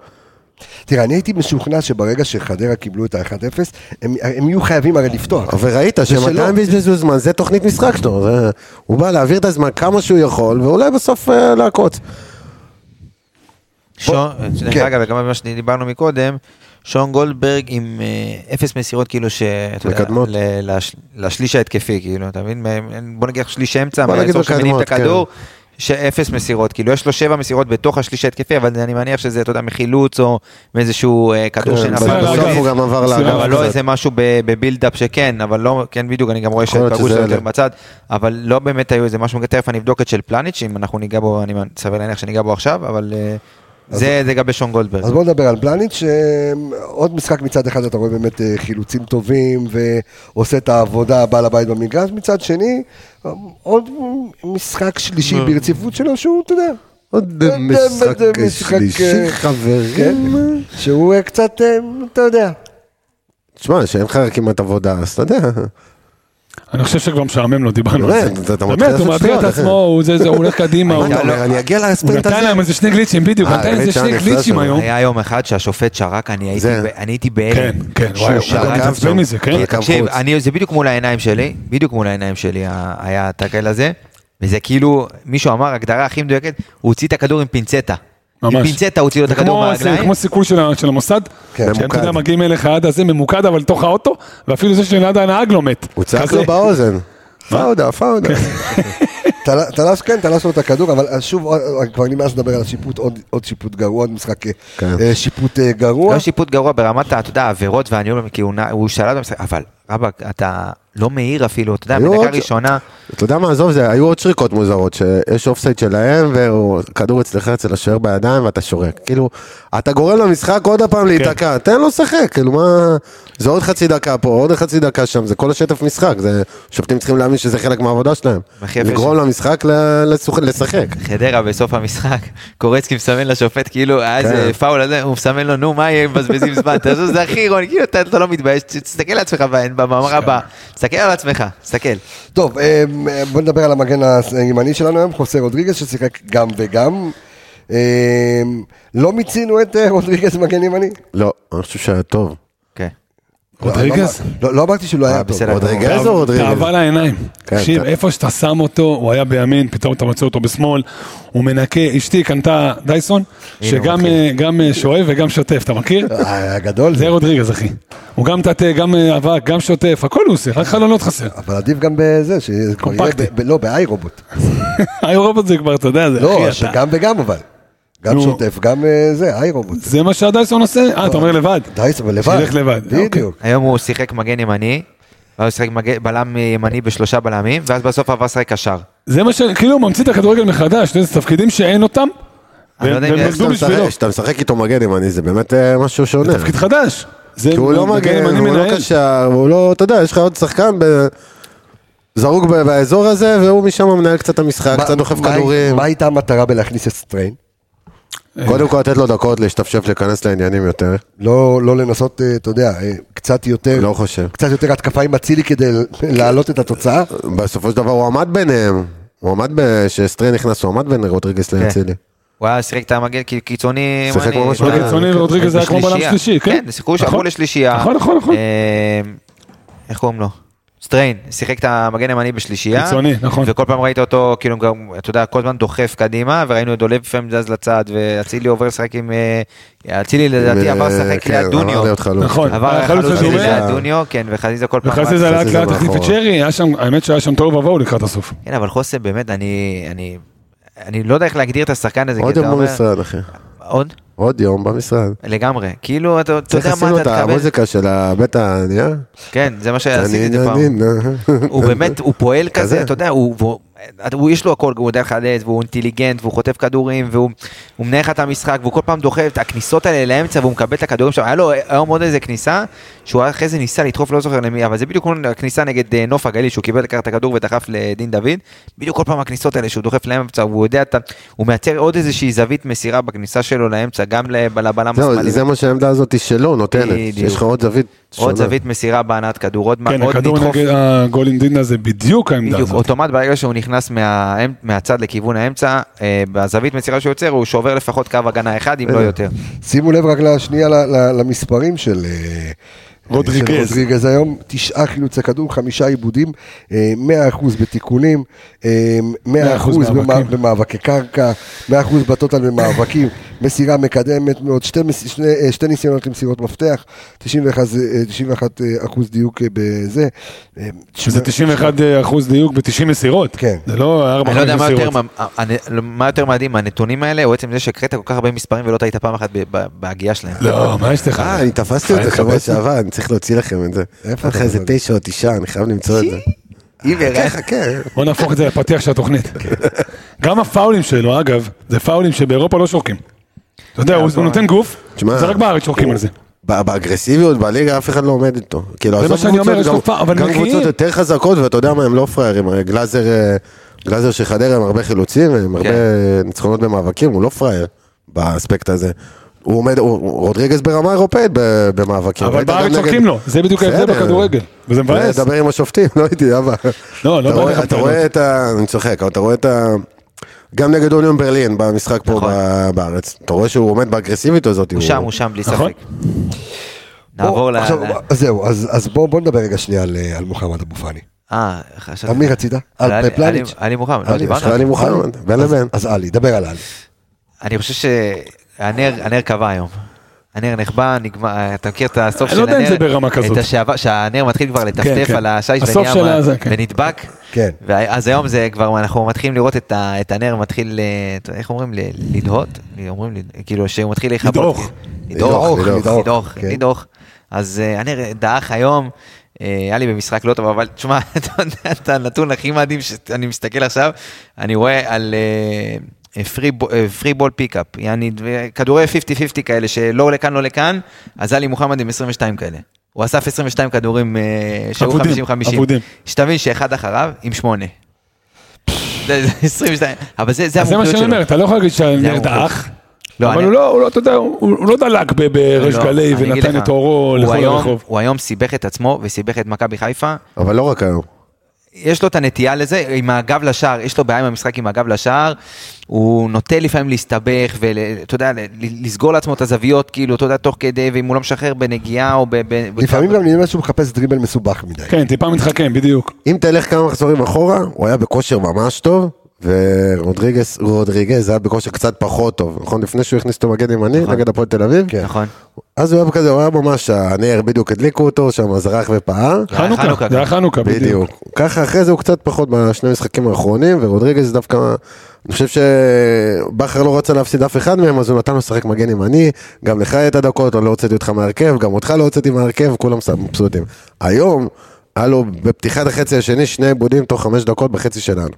תראה, אני הייתי משוכנע שברגע שחדרה קיבלו את ה-1-0, הם, הם יהיו חייבים הרי לפתוח.
וראית
שלא.
שמתי הם בזבזו זמן, זה תוכנית משחק שלו. זה- הוא בא להעביר את הזמן כמה שהוא יכול, ואולי בסוף אה, לעקוץ.
שון, דרך
כן.
אגב, לגבי מה שדיברנו מקודם, שון גולדברג עם אה, אפס מסירות, כאילו, שאתה יודע,
מקדמות.
ל- לש- לשליש ההתקפי, כאילו, אתה מבין? מ- אין- בוא נגיד שליש אמצע,
בוא נגיד כן.
מהאזור שמניעים את
מקדמות,
הכדור, שאפס מסירות, כאילו, יש לו שבע מסירות בתוך השליש ההתקפי, אבל אני מניח שזה, אתה יודע, מחילוץ או מאיזשהו אה, כדור
כן,
שנפל.
בסדר,
בסוף.
בסוף
אגב.
הוא גם עבר
בסדר,
לאגף.
אבל לא
קצת.
איזה משהו ב- בבילדאפ שכן, אבל לא, כן בדיוק, אני גם רואה
יכול להיות
שפגעו
שזה
שלו יותר
אלה.
בצד, אבל לא באמת היו איזה משהו, תכף אני אבדוק את של פלניץ', אם אנחנו ניגע בו, אני סביר להניח שניגע בו עכשיו, אבל אה, זה זה לגבי שון גולדברג.
אז בואו נדבר על פלניץ', עוד משחק מצד אחד אתה רואה באמת אה, חילוצים טובים ועושה את העבודה, בעל הבית במגרש, מצד שני, אה, עוד משחק שלישי ברציפות שלו שהוא, אתה יודע,
עוד
עוד
משחק
עוד משחק,
שלישי,
אה, כן,
חברים.
שהוא אה, קצת, אה, אתה יודע,
תשמע, שאין לך כמעט עבודה, אז אתה יודע.
אני חושב שכבר משעמם לו, דיברנו על
באמת, אתה-
זה.
אתה מתחיל
באמת, הוא
לעשות
מאתגר את
שטויות, אחי.
עצמו, הוא זה- זה, הוא הולך קדימה. הוא-
מה אתה אומר, אני אגיע
לא, הוא
לספרינט הזה?
נתן להם איזה שני גליצ'ים, בדיוק,
אה,
נתן איזה
האמת
שני
שהיה
גליצ'ים
נכנס
היום.
היה יום אחד שהשופט שרק, אני הייתי
זה.
ב- אני הייתי בהלם.
כן, כן,
שהוא
וואי, הוא
שרק.
גם מתעצבן
שם.
מזה, כן?
כן. קו
תקשיב,
חוץ.
אני- זה בדיוק מול העיניים שלי, בדיוק מול העיניים שלי ה- היה התקל הזה, וזה כאילו, מישהו אמר, הגדרה הכי מדויקת, הוא הוציא את הכדור עם פינצטה. עם
ממש.
פינצטה הוא הוציא לו את
זה
הכדור
כמו- זה
מהרגליים.
כמו סיכול של ה- של המוסד,
כן,
שאתה
ממוקד.
יודע, מגיעים אליך עד הזה ממוקד, אבל לתוך האוטו, ואפילו זה שליד הנהג לא מת.
הוא צעק
כזה.
לו באוזן. פאודה, פאודה.
תל- תלש, כן, תלש לו את הכדור, אבל אה, שוב, אה, אה, כבר נמאס לדבר על השיפוט, עוד- עוד שיפוט גרוע, עוד משחק אה,
כן.
אה, שיפוט אה, גרוע.
לא שיפוט גרוע ברמת, ה- אתה יודע, העבירות והניהול, כי הוא נע- הוא שלט במשחק, אבל רבאק, אתה... לא מהיר אפילו, אתה יודע,
היו
בדקה
עוד-
ראשונה,
אתה יודע מה, עזוב, זה, היו עוד שריקות מוזרות, שיש אופסייד שלהם, וכדור אצלך אצל השוער בידיים ואתה שורק. כאילו, אתה גורם למשחק עוד הפעם להיתקע, תן לו לשחק, כאילו מה... זה עוד חצי דקה פה, עוד חצי דקה שם, זה כל השטף משחק, זה... שופטים צריכים להאמין שזה חלק מהעבודה שלהם.
הכי יפה
לגרום
ש-
למשחק ל- לשוח- לשחק.
חדרה בסוף המשחק, קורצקי מסמן לשופט, כאילו, היה איזה פאול, הזה, הוא מסמן לו, נו, מה יהיה, מבזבזים זמן, אתה יודע, זה הכי אירוני, כאילו, אתה אתה לא מתבייש, תסתכל על עצמך בעין, במאמר הבא, תסתכל על עצמך, תסתכל.
טוב, אה, בוא נדבר על המגן הימני שלנו היום, חוסה רודריגז ששיחק גם וגם. אה, לא מיצינו את אה, רודריגז מגן ימני?
לא, אני חושב שהיה טוב.
כן.
רודריגז?
לא לא אמרתי שהוא לא היה
אה,
טוב.
בסדר.
עוד רגע, איזה עוד רגע?
תאווה לעיניים.
כן,
תקשיב,
אתה-
איפה שאתה שם אותו, הוא היה בימין, פתאום אתה מוצא אותו בשמאל, הוא מנקה, אשתי קנתה דייסון, שגם אה, גם, אה, שואב וגם שוטף, אתה מכיר?
אה, היה גדול זה.
זה רודריגז, אחי. הוא גם תתה, גם אה, אבק, גם שוטף, הכל הוא עושה, רק חלונות חסר.
אבל עדיף גם בזה, שזה כבר יהיה,
קומפקטי.
ב- ב- לא, באיירובוט.
האירופות זה כבר, אתה יודע, זה
לא,
אחי, אתה...
גם וגם אבל. גם
נו.
שוטף, גם אה, זה, איירובוט.
זה מה שהדייסון עושה? אה, אתה אומר לבד.
דייס, אבל לבד.
שילך לבד, אוקיי.
בדיוק.
היום הוא שיחק מגן ימני, ואז הוא שיחק מגן- בלם ימני בשלושה בלמים, ואז בסוף עבר לשחק קשר.
זה מה ש... כאילו, הוא ממציא את הכדורגל מחדש, אתה יודע, זה תפקידים שאין אותם,
אני לא יודע אם
והם
זה-
נולדו
כשאתה משחק-
בשבילו.
כשאתה משחק איתו מגן ימני, זה באמת אה, משהו שונה.
זה תפקיד חדש. זה
כי הוא לא
מגן
מגן,
ימני
הוא לא
מנהל.
קשר, הוא לא, אתה יודע, יש לך עוד שחקן ב... זרוק ב- באזור הזה, והוא משם מנהל קצת את המשחק,
מה-
קצת דוחף
מה-
כדורים.
מה הייתה המטרה בלהכניס את סטריין?
קודם כל לתת לו דקות להשתפשף, להיכנס לעניינים יותר.
לא לא לנסות, אה, אתה יודע, אה, קצת יותר,
לא חושב.
קצת יותר התקפה עם אצילי כדי להעלות את התוצאה?
בסופו של דבר הוא עמד ביניהם. הוא עמד, ב- כשסטריין נכנס, הוא עמד בין רודריגס
כן.
לאצילי.
הוא היה שיחק את המגן כי- קיצוני,
שיחק
ימני,
ממש כן,
אתה-
מגן
לא, קיצוני, ורודריגז זה היה כמו בלם
בשלישייה.
שלישי, כן.
כן, זה סיכוי שעברו
נכון.
לשלישייה.
נכון, נכון, נכון.
אה, איך קוראים לו? סטריין, שיחק את המגן הימני בשלישייה.
קיצוני, נכון.
וכל פעם ראית אותו, כאילו גם, אתה יודע, כל הזמן דוחף קדימה, וראינו את דולב לפעמים זז לצד, ואצילי עובר לשחק עם... אה, אצילי לדעתי
עם,
עבר
אה,
לשחק
כן,
ליד
עבר
דוניו.
להיות חלוץ.
נכון.
עבר
היה
החלוץ
חלוץ
השני
לדוניו.
ליד דוניו, כן, וחזיזה כל פעם...
וחזיזה
רץ.
זה לאט
חזיזה
לאט החליף את
מאחורה.
שרי, היה שם, האמת שהיה שם תוהו ובוהו לקראת הסוף.
כן, אבל חוסן, באמת, אני... אני- אני לא יודע איך להגדיר את השחקן הזה, כי
עוד
אתה
יום
אומר-
במשרד, אחי.
עוד?
עוד יום במשרד.
לגמרי. כאילו, אתה אתה
צריך
יודע
לשים
מה
לו
אתה
את
תקבל.
המוזיקה של הבית הענייה.
כן, זה מה שעשיתי
אני- אה.
את זה פעם.
אני- אני-
הוא באמת, הוא פועל
כזה.
כזה, אתה יודע, הוא, הוא, הוא, יש לו הכל, הוא יודע לחלץ, והוא אינטליגנט, והוא חוטף כדורים, והוא הוא מנהל לך את המשחק, והוא כל פעם דוחף את הכניסות האלה לאמצע, והוא מקבל את הכדורים שם. היה לו היום עוד איזה כניסה, שהוא אחרי זה ניסה לדחוף, לא זוכר למי, אבל זה בדיוק כמו הכניסה נגד אה, נוף הגליל, שהוא קיבל לקחת את הכדור ודחף לדין דוד. בדיוק כל פעם הכניסות האלה שהוא דוחף לאמצע, הוא יודע, את ה- הוא מייצר עוד איזושהי זווית מסירה בכניסה שלו לאמצע, גם לב- לבלם
זהו,
השמאלי.
זה מה שהעמדה הזאת היא שלו נותנת.
בדיוק.
שיש לך עוד זווית
עוד
שונה.
זווית מסירה בהנעת כדור, עוד מה-
כן,
עוד
הכדור
לדחוף
נגד הגול עם דינדה זה בדיוק העמדה
בדיוק,
הזאת.
אוטומט ברגע שהוא נכנס מה, אמ- מהצד לכיוון האמצע, אה, בזווית מסירה שהוא יוצר, הוא שובר לפחות קו הגנה אחד, אם לא יותר.
שימו לב רק לשנייה ל- ל- למספרים של... אה,
רודריגז.
של רודריגז היום, תשעה חילוצי כדור, חמישה עיבודים, אה, 100% בתיקונים, אה, 100% במא-
מאבקים.
במאבקי קרקע, 100% בטוטל במאבקים, מסירה מקדמת מאוד, שתי, מס- שני, אה, שתי ניסיונות למסירות מפתח, 91, אה, 91 אה, אחוז דיוק אה, בזה. אה,
שזה 91 אחוז דיוק ב-90 מסירות.
כן.
זה לא 4
אני לא יודע מה יותר,
מסירות.
מה- הנ- לא- מה יותר מדהים, הנתונים האלה, או עצם זה שהקראת כל כך הרבה מספרים ולא טעית פעם אחת ב- ב- בהגייה שלהם.
לא, מה יש לך?
אה, אני תפסתי את זה שבוע שעבר, אני צריך להוציא לכם את זה.
איפה
איפה
אתה
לך איזה
עובד?
תשע או תשעה, אני חייב למצוא את זה. חכה,
כן.
חכה.
בוא נהפוך את זה לפתיח של התוכנית.
כן.
גם הפאולים שלו, אגב, זה פאולים שבאירופה לא שורקים. אתה יודע, הוא הוא נותן גוף,
אה, תשמע,
זה רק בארץ שורקים על זה.
ב- באגרסיביות בליגה אף אחד לא עומד איתו. כאילו,
זה
עזוב
מה שאני אומר,
קבוצות,
יש לו
גם-
פעם, אבל
גם
מגיעים.
קבוצות יותר חזקות, ואתה יודע מה, הם לא פראיירים. הרי גלאזר אה, גלאזר של חדרה הם הרבה חילוצים, הם הרבה
כן.
ניצחונות במאבקים, הוא לא פראייר באספקט הזה. הוא עומד, הוא- הוא- רודריגז ברמה אירופאית ב- במאבקים.
אבל
ראית גם
בארץ
נגד-
שורקים לו, זה בדיוק ההבדל
בסדר.
בכדורגל. וזה מבאס.
דבר עם השופטים, לא איתי, אבא.
לא, לא
אתה
בא
רואה-
לך
אתה
בטענות.
רואה את ה... אני צוחק, אבל אתה רואה את ה... גם נגד אוניון ברלין, במשחק פה
נכון.
ב- בארץ. אתה רואה שהוא עומד באגרסיביות הזאת.
הוא שם, הוא שם, בלי
נכון.
ספק. נעבור ל...
עכשיו,
ל-
זהו, אז, אז בואו בוא נדבר רגע שנייה על, על מוחמד אבו פאני.
אה, חשבתי... לא,
על מי רצית? על
עלי-
פלניץ'.
עלי- עלי מוחמד, לא
עלי,
דיברנו.
בכלל אני מוחמד, בין
אז-
לבין.
אז עלי, דבר על עלי.
אני חושב שהנר הנר קבע היום. הנר נחבא, נגמר, אתה מכיר את הסוף
אני
של
לא
הנר?
יודע אם זה ברמה כזאת.
את השעבר, שהנר מתחיל כבר לטפטף
כן.
על השיש
הסוף
ונהיה
של
מה-
הזה, כן.
ונדבק.
כן.
ואז היום זה כבר, אנחנו מתחילים לראות את ה- את הנר מתחיל, אה, אתה יודע, איך אומרים? ל- לדהות? אומרים, לד- כאילו שהוא מתחיל להיכבות.
לדעוך.
לדעוך,
לדעוך,
לדעוך,
לדעוך,
לדעוך,
כן.
לדעוך. אז אה, הנר דעך היום. אה, היה לי במשחק לא טוב, אבל תשמע, אתה יודע, את הנתון הכי מדהים שאני מסתכל עכשיו, אני רואה על אה, פרי בול פיקאפ, יעני ו- כדורי 50-50 כאלה, שלא לכאן, לא לכאן, אז עלי מוחמד עם 22 כאלה. הוא אסף 22 כדורים אה, שהיו
אבודים,
50-50.
אבודים.
שתבין שאחד אחריו עם שמונה. זה- זה 22, אבל זה זה
אז זה מה
המומחיות שלו.
שאני אומר, אתה לא יכול להגיד שהנרד
המומחיות.
אח,
לא,
אבל
אני-
הוא לא, הוא לא, אתה יודע, הוא הוא לא דלק ב- בריש
לא,
גלי
אני אגיד
ונתן
לך,
את אורו
הוא
לכל
היום-
הרחוב.
הוא היום סיבך את עצמו וסיבך את מכבי חיפה.
אבל לא רק היום.
יש לו את הנטייה לזה, עם הגב לשער, יש לו בעיה עם המשחק עם הגב לשער, הוא נוטה לפעמים להסתבך ואתה יודע, ל- לסגור לעצמו את הזוויות, כאילו, אתה יודע, תוך כדי, ואם הוא לא משחרר בנגיעה או ב... ב-
לפעמים גם נראה שהוא מחפש דריבל מסובך מדי.
כן, טיפה מתחכם, בדיוק.
אם תלך כמה מחזורים אחורה, הוא היה בכושר ממש טוב, ורודריגז רודריגז היה בכושר קצת פחות טוב, נכון? לפני שהוא הכניס אותו מגן ימני נגד הפועל תל אביב.
נכון.
אז הוא היה כזה, הוא היה ממש, הנר בדיוק הדליקו אותו, שם זרח ופער.
זה היה
חנוכה,
חנוכה כן.
זה היה
גם.
חנוכה, בדיוק.
בדיוק. ככה אחרי זה הוא קצת פחות בשני המשחקים האחרונים, ורודריגז דווקא, אני חושב שבכר לא רצה להפסיד אף אחד מהם, אז הוא נתן לו לשחק מגן ימני, גם לך היה את הדקות, אני לא הוצאתי אותך מהרכב, גם אותך לא הוצאתי מהרכב, כולם ס- מבסוטים. היום, היה לו בפתיחת החצי השני שני עיבודים תוך חמש דקות בחצי שלנו.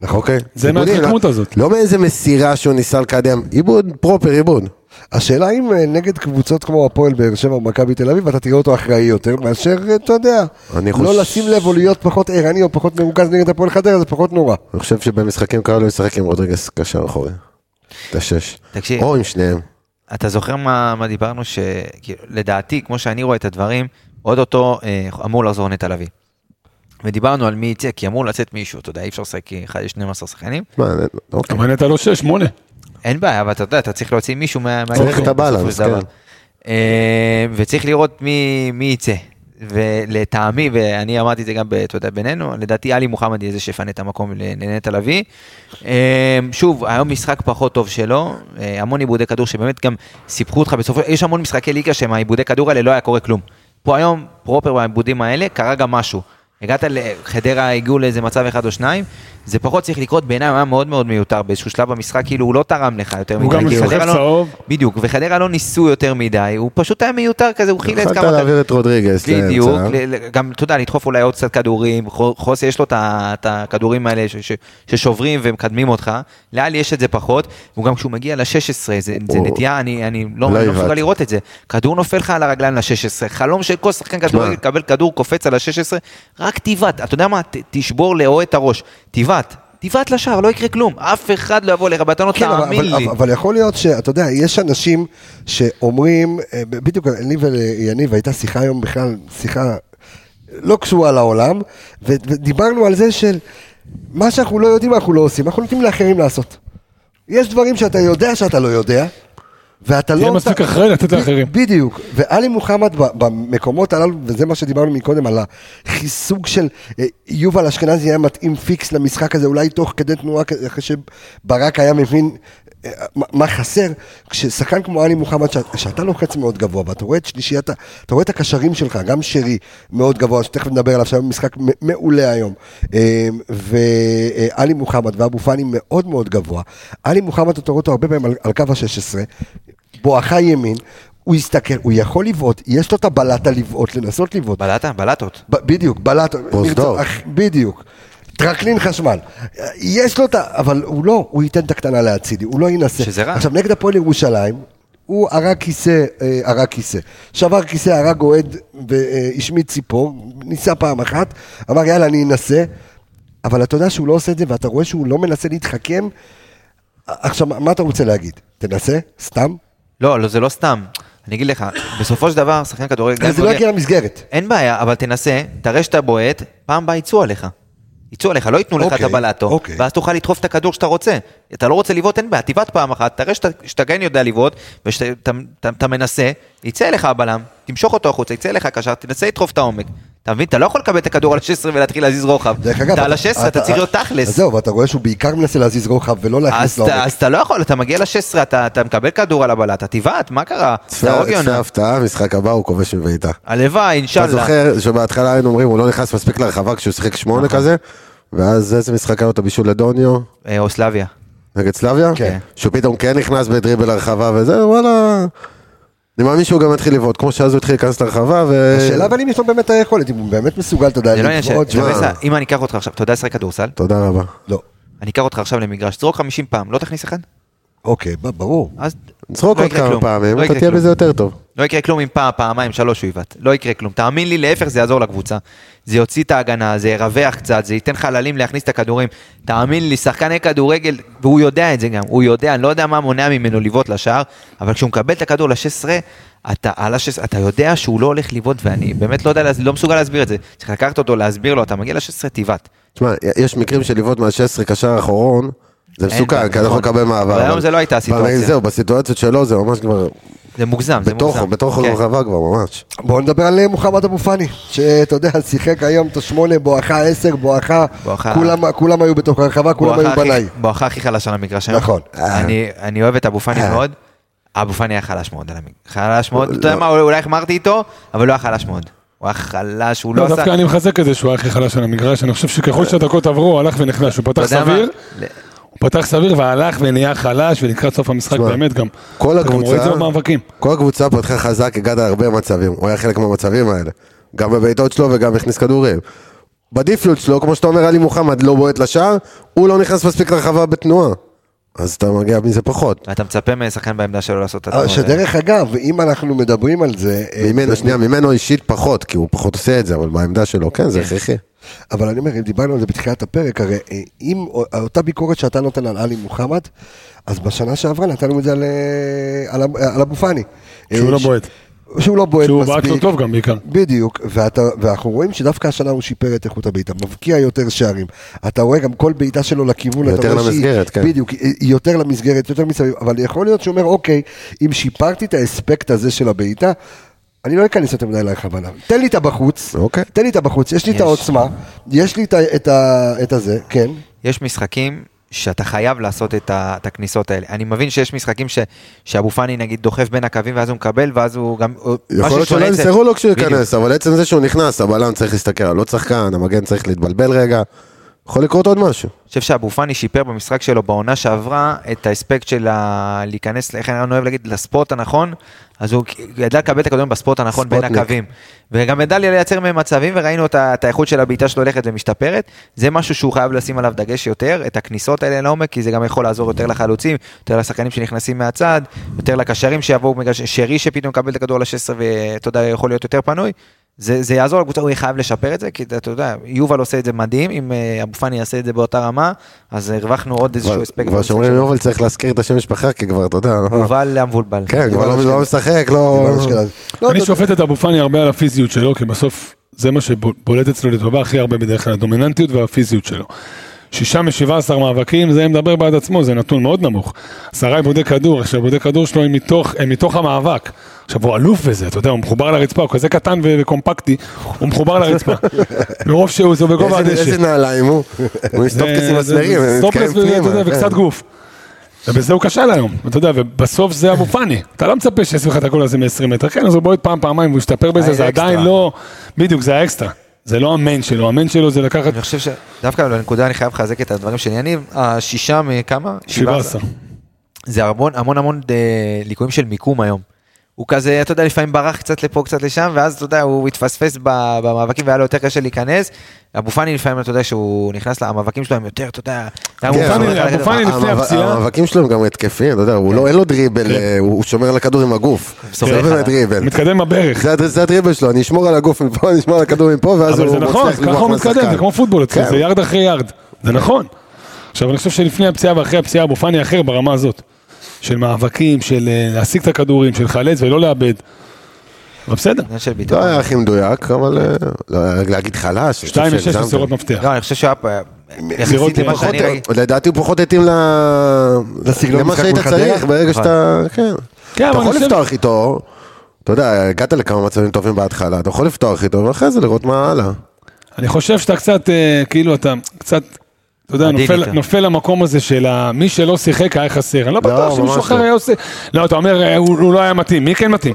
נכון, אוקיי?
זה
עיבודים,
מההתחכמות
לא-
הזאת.
לא מאיזה מסירה שהוא ניסה לקדם, עיבוד פרופר עיבוד.
השאלה אם אה, נגד קבוצות כמו הפועל באר שבע או מכבי תל אביב אתה תראה אותו אחראי יותר מאשר, אה, אתה יודע,
אני
לא
חוש-
לשים לב או להיות פחות ערני או פחות מרוכז נגד הפועל חדרה זה פחות נורא.
אני חושב שבמשחקים כאלה הוא ישחק עם רודריגז קשר אחורי. את השש.
תקשיב.
או עם שניהם.
אתה זוכר מה, מה דיברנו? שלדעתי, כמו שאני רואה את הדברים, אוטוטו אה, אמור לחזור נטע לביא. ודיברנו על מי יצא, כי אמור לצאת מישהו, אתה יודע, אי אפשר לשחק עם אחד- 12 שחקנים.
מה, אוקיי.
אבל נטע לא שש, שמונה.
אין בעיה, אבל אתה יודע, אתה צריך להוציא מישהו מה...
צריך את הבלנס, כן.
בסופו של דבר. אה, וצריך לראות מי, מי יצא. ולטעמי, ואני אמרתי את זה גם, ב- אתה יודע, בינינו, לדעתי עלי מוחמד יהיה זה שיפנה את המקום לנטע לביא. אה, שוב, היום משחק פחות טוב שלו, אה, המון עיבודי כדור שבאמת גם סיפחו אותך בסופו, יש המון משחקי ליגה שהם העיבודי כדור האלה לא היה קורה כלום. פה היום, פרופר בעיבודים האלה, קרה גם משהו. הגעת לחדרה, הגיעו לאיזה מצב אחד או שניים, זה פחות צריך לקרות, בעיניי הוא היה מאוד מאוד מיותר, באיזשהו שלב במשחק כאילו הוא לא תרם לך יותר
הוא
מדי.
גם
כי
סוחב
חדרה לא-
צהוב.
בדיוק, וחדרה לא ניסו יותר מדי, הוא פשוט היה מיותר כזה, הוא חילץ כמה...
יכלת להעביר את רודריגז לאמצע.
בדיוק, ל- ל- גם, אתה יודע, לדחוף אולי עוד קצת כדורים, חו- חוסי יש לו את ה- את הכדורים האלה ש- ש- ששוברים ומקדמים אותך, לאלי יש את זה פחות, וגם כשהוא מגיע ל-16, זה זה
הוא-
נטייה, אני אני
לא
לא אני לא מסוגל
הבנתי.
לראות את זה, כדור נופל לך על הרגליים ל-16, חלום של כל שחקן כדורגל לקבל כדור קופץ על ה-16, רק תיבעט, אתה יודע מה, ת- תשבור לאוהד את הראש, תיבעט. תבעט לשער, לא יקרה כלום, אף אחד לא יבוא אליך בטענות,
כן, אבל-
תאמין
אבל-
לי.
אבל- אבל יכול להיות שאתה יודע, יש אנשים שאומרים, אה, ב- בדיוק לי וליניב הייתה שיחה היום בכלל, שיחה לא קשורה לעולם, ו- ודיברנו על זה של מה שאנחנו לא יודעים אנחנו לא עושים, אנחנו נותנים לאחרים לעשות. יש דברים שאתה יודע שאתה לא יודע. ואתה לא...
תהיה מספיק אחראי לתת לאחרים.
ב- בדיוק, ועלי מוחמד ב- במקומות הללו, וזה מה שדיברנו מקודם, על החיסוג של אה, יובל אשכנזי היה מתאים פיקס למשחק הזה, אולי תוך כדי תנועה, כזה, אחרי שברק היה מבין אה, מה- מה חסר, כששחקן כמו עלי מוחמד, שאת- שאתה לוחץ מאוד גבוה, ואתה רואה את שלישיית, ה- אתה רואה את הקשרים שלך, גם שרי מאוד גבוה, שתכף נדבר עליו, שהיה משחק מ- מעולה היום, אה, ועלי מוחמד ואבו פאני מאוד מאוד גבוה, עלי מוחמד אתה רואה אותו הרבה פעמים על- על קו ה-16, בואכה ימין, הוא יסתכל, הוא יכול לבעוט, יש לו את הבלטה לבעוט, לנסות לבעוט.
בלעת? בלטות.
ב- בדיוק, בלטה.
פרוזדור.
נרצח- בדיוק. טרקלין חשמל. יש לו את ה... אבל הוא לא, הוא ייתן את הקטנה להצידי, הוא לא ינסה.
שזה רע.
עכשיו, נגד הפועל ירושלים, הוא הרג כיסא, אה, הרג כיסא. שבר כיסא, הרג אוהד והשמיט ציפור, ניסה פעם אחת, אמר יאללה, אני אנסה. אבל אתה יודע שהוא לא עושה את זה, ואתה רואה שהוא לא מנסה להתחכם. עכשיו, מה אתה רוצה להגיד? תנסה? סתם?
לא, לא, זה לא סתם. אני אגיד לך, בסופו של דבר, שחקן כדורגל... גם
אז זה לא
בוגר-
יגיע למסגרת.
אין בעיה, אבל תנסה, תראה שאתה בועט, פעם הבאה יצאו עליך. יצאו עליך, לא ייתנו לך את
אוקיי,
הבלטו,
אוקיי.
ואז תוכל לדחוף את הכדור שאתה רוצה. אתה לא רוצה לבעוט, אין בעיה, תבעט פעם אחת, תראה שאתה- שאתה כן יודע לבעוט, ושאתה מנסה, יצא אליך הבלם, תמשוך אותו החוצה, יצא אליך הקשר, תנסה לדחוף את העומק. אתה מבין? אתה לא יכול לקבל את הכדור על 16 ולהתחיל להזיז רוחב.
דרך אגב,
אתה על ה-16, אתה צריך להיות
אז
תכלס.
זהו, ואתה רואה שהוא בעיקר מנסה להזיז רוחב ולא להכניס
אז
לעומק.
אתה- אז אתה לא יכול, אתה מגיע ל-16, אתה אתה מקבל כדור על הבלטה, תבעט, מה קרה? תהרוג
צפה
יונה.
הפתעה, משחק הבא הוא כובש מבעיטה.
הלוואי,
אתה
אינשאללה.
זוכר שבהתחלה היינו אומרים, הוא לא נכנס מספיק לרחבה כשהוא שיחק שמונה
נכון.
כזה, ואז איזה משחק היה לו את הבישול לדוניו
אה, או סלביה.
נגד סלביה?
כן.
שהוא פתאום כן נכנס בדריבל הרחבה וזה, וואלה. אני מאמין שהוא גם יתחיל לבעוט, כמו שאז הוא התחיל להיכנס לרחבה, ו...
השאלה אבל אם יש לו באמת את היכולת, אם הוא באמת מסוגל, אתה יודע,
זה לא עניין של...
לבעוט,
תשמע,
שמע,
בסדר, אם אני אקח אותך עכשיו, אתה יודע לשחק כדורסל?
תודה רבה.
לא.
אני אקח אותך עכשיו למגרש, זרוק 50 פעם, לא תכניס אחד?
אוקיי, ב- ברור.
אז...
נצחוק
לא
עוד
יקרה
כמה
כלום.
פעמים,
לא
אתה
יקרה
תהיה
כלום.
בזה יותר טוב.
לא יקרה כלום אם פעם, פעמיים, שלוש הוא יבעט. לא יקרה כלום. תאמין לי, להפך זה יעזור לקבוצה. זה יוציא את ההגנה, זה ירווח קצת, זה ייתן חללים להכניס את הכדורים. תאמין לי, שחקני כדורגל, והוא יודע את זה גם, הוא יודע, אני לא יודע מה מונע ממנו לבעוט לשער, אבל כשהוא מקבל את הכדור ל-16, אתה, על ה-16, אתה יודע שהוא לא הולך לבעוט, ואני באמת לא יודע, להס- לא מסוגל להסביר את זה. צריך לקחת אותו, להסביר לו, אתה מגיע ל-16, תבעט.
תשמע, יש מקרים של לבעוט מה-16 קשר אחרון, זה
אין
מסוכן,
בעיה,
כי אתה יכול
נכון.
לקבל מעבר.
אבל היום
אבל-
זה לא הייתה הסיטואציה.
אבל זהו, בסיטואציות שלו זה ממש כבר...
זה מוגזם, זה מוגזם.
בתוכו, בתוך
כן.
הרחבה כבר, ממש.
בואו נדבר על אה, מוחמד אבו פאני, שאתה יודע, שיחק היום את השמונה, בואכה עשר, בואכה,
בואכה.
כולם- כולם היו בתוך הרחבה, כולם היו
בואכה הכי-
בניי.
בואכה הכי חלש על המגרש היום.
נכון.
אני- אני אוהב את אבו
אה.
פאני מאוד. אבו פאני היה חלש מאוד על המגרש. חלש מאוד. אתה
לא.
יודע מה, אולי החמרתי איתו, אבל לא היה חלש מאוד. הוא היה חלש, הוא לא
לא,
עשה... אה.
דווקא אני מחזק את זה שהוא היה הכי חלש על המגרש, אני חושב שככל שהדקות עברו, הוא הלך ונחלש, הוא פתח
אתה יודע מה?
סביר,
ל-
הוא פתח סביר והלך ונהיה חלש, ולקראת סוף המשחק
תשמע,
באמת גם.
כל
אתה גם רואה את זה
הקבוצה,
במאבקים.
כל הקבוצה פתחה חזק, הגעת להרבה מצבים, הוא היה חלק מהמצבים האלה. גם בבעיטות שלו וגם הכניס כדורים. בדיפיוט שלו, כמו שאתה אומר, עלי מוחמד לא בועט לשער, הוא לא נכנס מספיק לרחבה בתנועה. אז אתה מגיע מזה פחות.
אתה מצפה משחקן בעמדה שלו לעשות
אה,
את
אבל
הדבר הזה.
שדרך אגב, אם אנחנו מדברים על זה, אה,
ממנו, שנייה, ממנו אישית פחות, כי הוא פחות עושה את זה, אבל בעמדה שלו, כן, זה הכרחי.
אבל אני אומר, אם דיברנו על זה בתחילת הפרק, הרי אה, אם אותה ביקורת שאתה נותן על עלי מוחמד, אז בשנה שעברה נתנו את זה על, אה, על, אב- על אבו פאני.
שהוא
אה,
לא
ש-
בועט.
שהוא לא בועט
שהוא
מספיק.
בעט לו טוב גם בעיקר.
בדיוק, ואתה, ואנחנו רואים שדווקא השנה הוא שיפר את איכות הבעיטה, מבקיע יותר שערים. אתה רואה גם כל בעיטה שלו לכיוון, אתה
יותר
רואה שהיא-
למסגרת, כן.
בדיוק, היא יותר למסגרת, יותר מסביב, אבל יכול להיות שהוא אומר, אוקיי, אם שיפרתי את האספקט הזה של הבעיטה, אני לא אכנס יותר מדי לכוונה. תן לי את הבחוץ,
אוקיי.
תן לי את הבחוץ, יש לי את
יש.
העוצמה, יש לי את, ה- את, ה- את הזה, כן.
יש משחקים שאתה חייב לעשות את ה- את הכניסות האלה. אני מבין שיש משחקים ש- שאבו פאני נגיד דוחף בין הקווים ואז הוא מקבל, ואז הוא גם...
יכול
משהו
להיות
שונה
שאולי
אצל-
ימסרו לו כשהוא
בדיוק.
ייכנס, אבל עצם זה שהוא נכנס, הבלם צריך להסתכל על עוד שחקן, המגן צריך להתבלבל רגע. יכול לקרות עוד משהו.
אני חושב שאבו פאני שיפר במשחק שלו בעונה שעברה את האספקט של ה... להיכנס, איך אני אוהב להגיד, לספורט הנכון, אז הוא ידע לקבל את הכדורים בספורט הנכון בין
ספוטניק.
הקווים. וגם ידע לי לייצר מהם מצבים, וראינו את ה- את האיכות של הבעיטה שלו הולכת ומשתפרת. זה משהו שהוא חייב לשים עליו דגש יותר, את הכניסות האלה לעומק, כי זה גם יכול לעזור יותר לחלוצים, יותר לשחקנים שנכנסים מהצד, יותר לקשרים שיבואו, בגלל ש- שרי שפתאום מקבל את הכדור ל-16 ואתה יודע, יכול להיות יותר פנוי. זה, זה יעזור לקבוצה, הוא יהיה חייב לשפר את זה, כי אתה יודע, יובל עושה את זה מדהים, אם אה, אבו פאני יעשה את זה באותה רמה, אז הרווחנו עוד איזשהו אספקט.
כבר
במשחק נכון.
שאומרים
שלנו.
יובל צריך להזכיר את השם משפחה, כי כבר, אתה יודע.
מובל המבולבל.
כן, כבר לא- לא משחק, לא...
דיברנו שכן, אז- לא,
אני
אתה-
שופט את אבו פאני הרבה על הפיזיות שלו, כי בסוף זה מה שבולט אצלו לטובה הכי הרבה בדרך כלל, הדומיננטיות והפיזיות שלו. שישה משבע עשר מאבקים, זה מדבר בעד עצמו, זה נתון מאוד נמוך. עשרה איבודי כדור, עכשיו איבודי כדור שלו הם מתוך, הם מתוך המאבק. עכשיו הוא אלוף בזה, אתה יודע, הוא מחובר לרצפה, הוא כזה קטן ו- וקומפקטי, הוא מחובר לרצפה. מרוב שהוא, זה בגובה
איזה-
הדשא.
איזה נעליים הוא? הוא עם סטופקס עם הסדרים,
אה, זה- זה-
הם
סטופלס
מתקיים
וזה, אתה יודע,
פנימה, כן.
וקצת גוף. ובזה הוא כשל היום, אתה יודע, ובסוף זה אבו פאני. אתה לא מצפה שיעשו לך את הגול הזה מ-20 מטר, כן, אז הוא בועט פעם, פעמיים, והוא השתפר בזה, זה
האקסטרה.
עדיין לא... בדיוק, זה האקסטרה. זה לא המיין שלו, המיין שלו זה לקחת
אני חושב שדווקא בנקודה אני חייב לחזק את הדברים של יניב, השישה מכמה?
17.
זה המון המון המון אה, ליקויים של מיקום היום. הוא כזה, אתה יודע, לפעמים ברח קצת לפה, קצת לשם, ואז אתה יודע, הוא התפספס ב- במאבקים והיה לו יותר קשה להיכנס. אבו פאני לפעמים, אתה יודע, שהוא נכנס, לה- המאבקים שלו הם יותר, אתה יודע... אבו
פאני-
אבו פאני לפני
המאבק-
הפציעה. כן.
המאבקים שלו הם גם התקפיים, אתה יודע, הוא לא, אין לו דריבל, אה, הוא הוא שומר על הכדור עם הגוף.
סומך
זה לא
עליו.
באמת דריבל.
מתקדם בברך.
זה הד- זה הדריבל שלו, אני אשמור על הגוף מפה, אני אשמור על הכדור מפה, ואז
אבל
הוא
זה נכון,
מצליח
ככה
לברוח
הוא מתקדם,
מהשחקן.
זה כמו פוטבול אצלו,
כן.
זה יארד אחרי יארד. זה נכון. עכשיו, אני חושב שלפני הפציעה ואחרי הפציעה, אבו פאני אחר ברמה הזאת. של מאבקים, של אה, להשיג את הכדורים, של לחלץ ולא לאבד. אבל בסדר.
עניין של
לא
ביטחון.
היה הכי מדויים, אבל אה, לא, להגיד חלש. אני חושב
2 מ-6
שהגזמתם.
מסירות מפתח.
לא, אני חושב שהוא היה... פה- יחסית
לראות
למה
פחות-
שאני ראיתי.
לדעתי הוא פחות התאים ל-
לסגנון
למה
משחק
שהיית
מול חדרה?
צריך ברגע
נכון.
שאתה... כן. אתה
כן, אבל אני
יכול
חושב-
לפתוח איתו, אתה יודע, הגעת לכמה מצבים טובים בהתחלה, אתה יכול לפתוח איתו, ואחרי זה לראות מה
לא,
הלאה.
אני חושב שאתה קצת, אה, כאילו אתה קצת, אתה יודע,
עדין
נופל,
איתה.
נופל למקום הזה של ה- מי שלא שיחק היה חסר. אני לא בטוח
ממש
שמישהו אחר
לא.
היה עושה... לא, אתה אומר, אה, הוא, הוא לא היה מתאים, מי כן מתאים?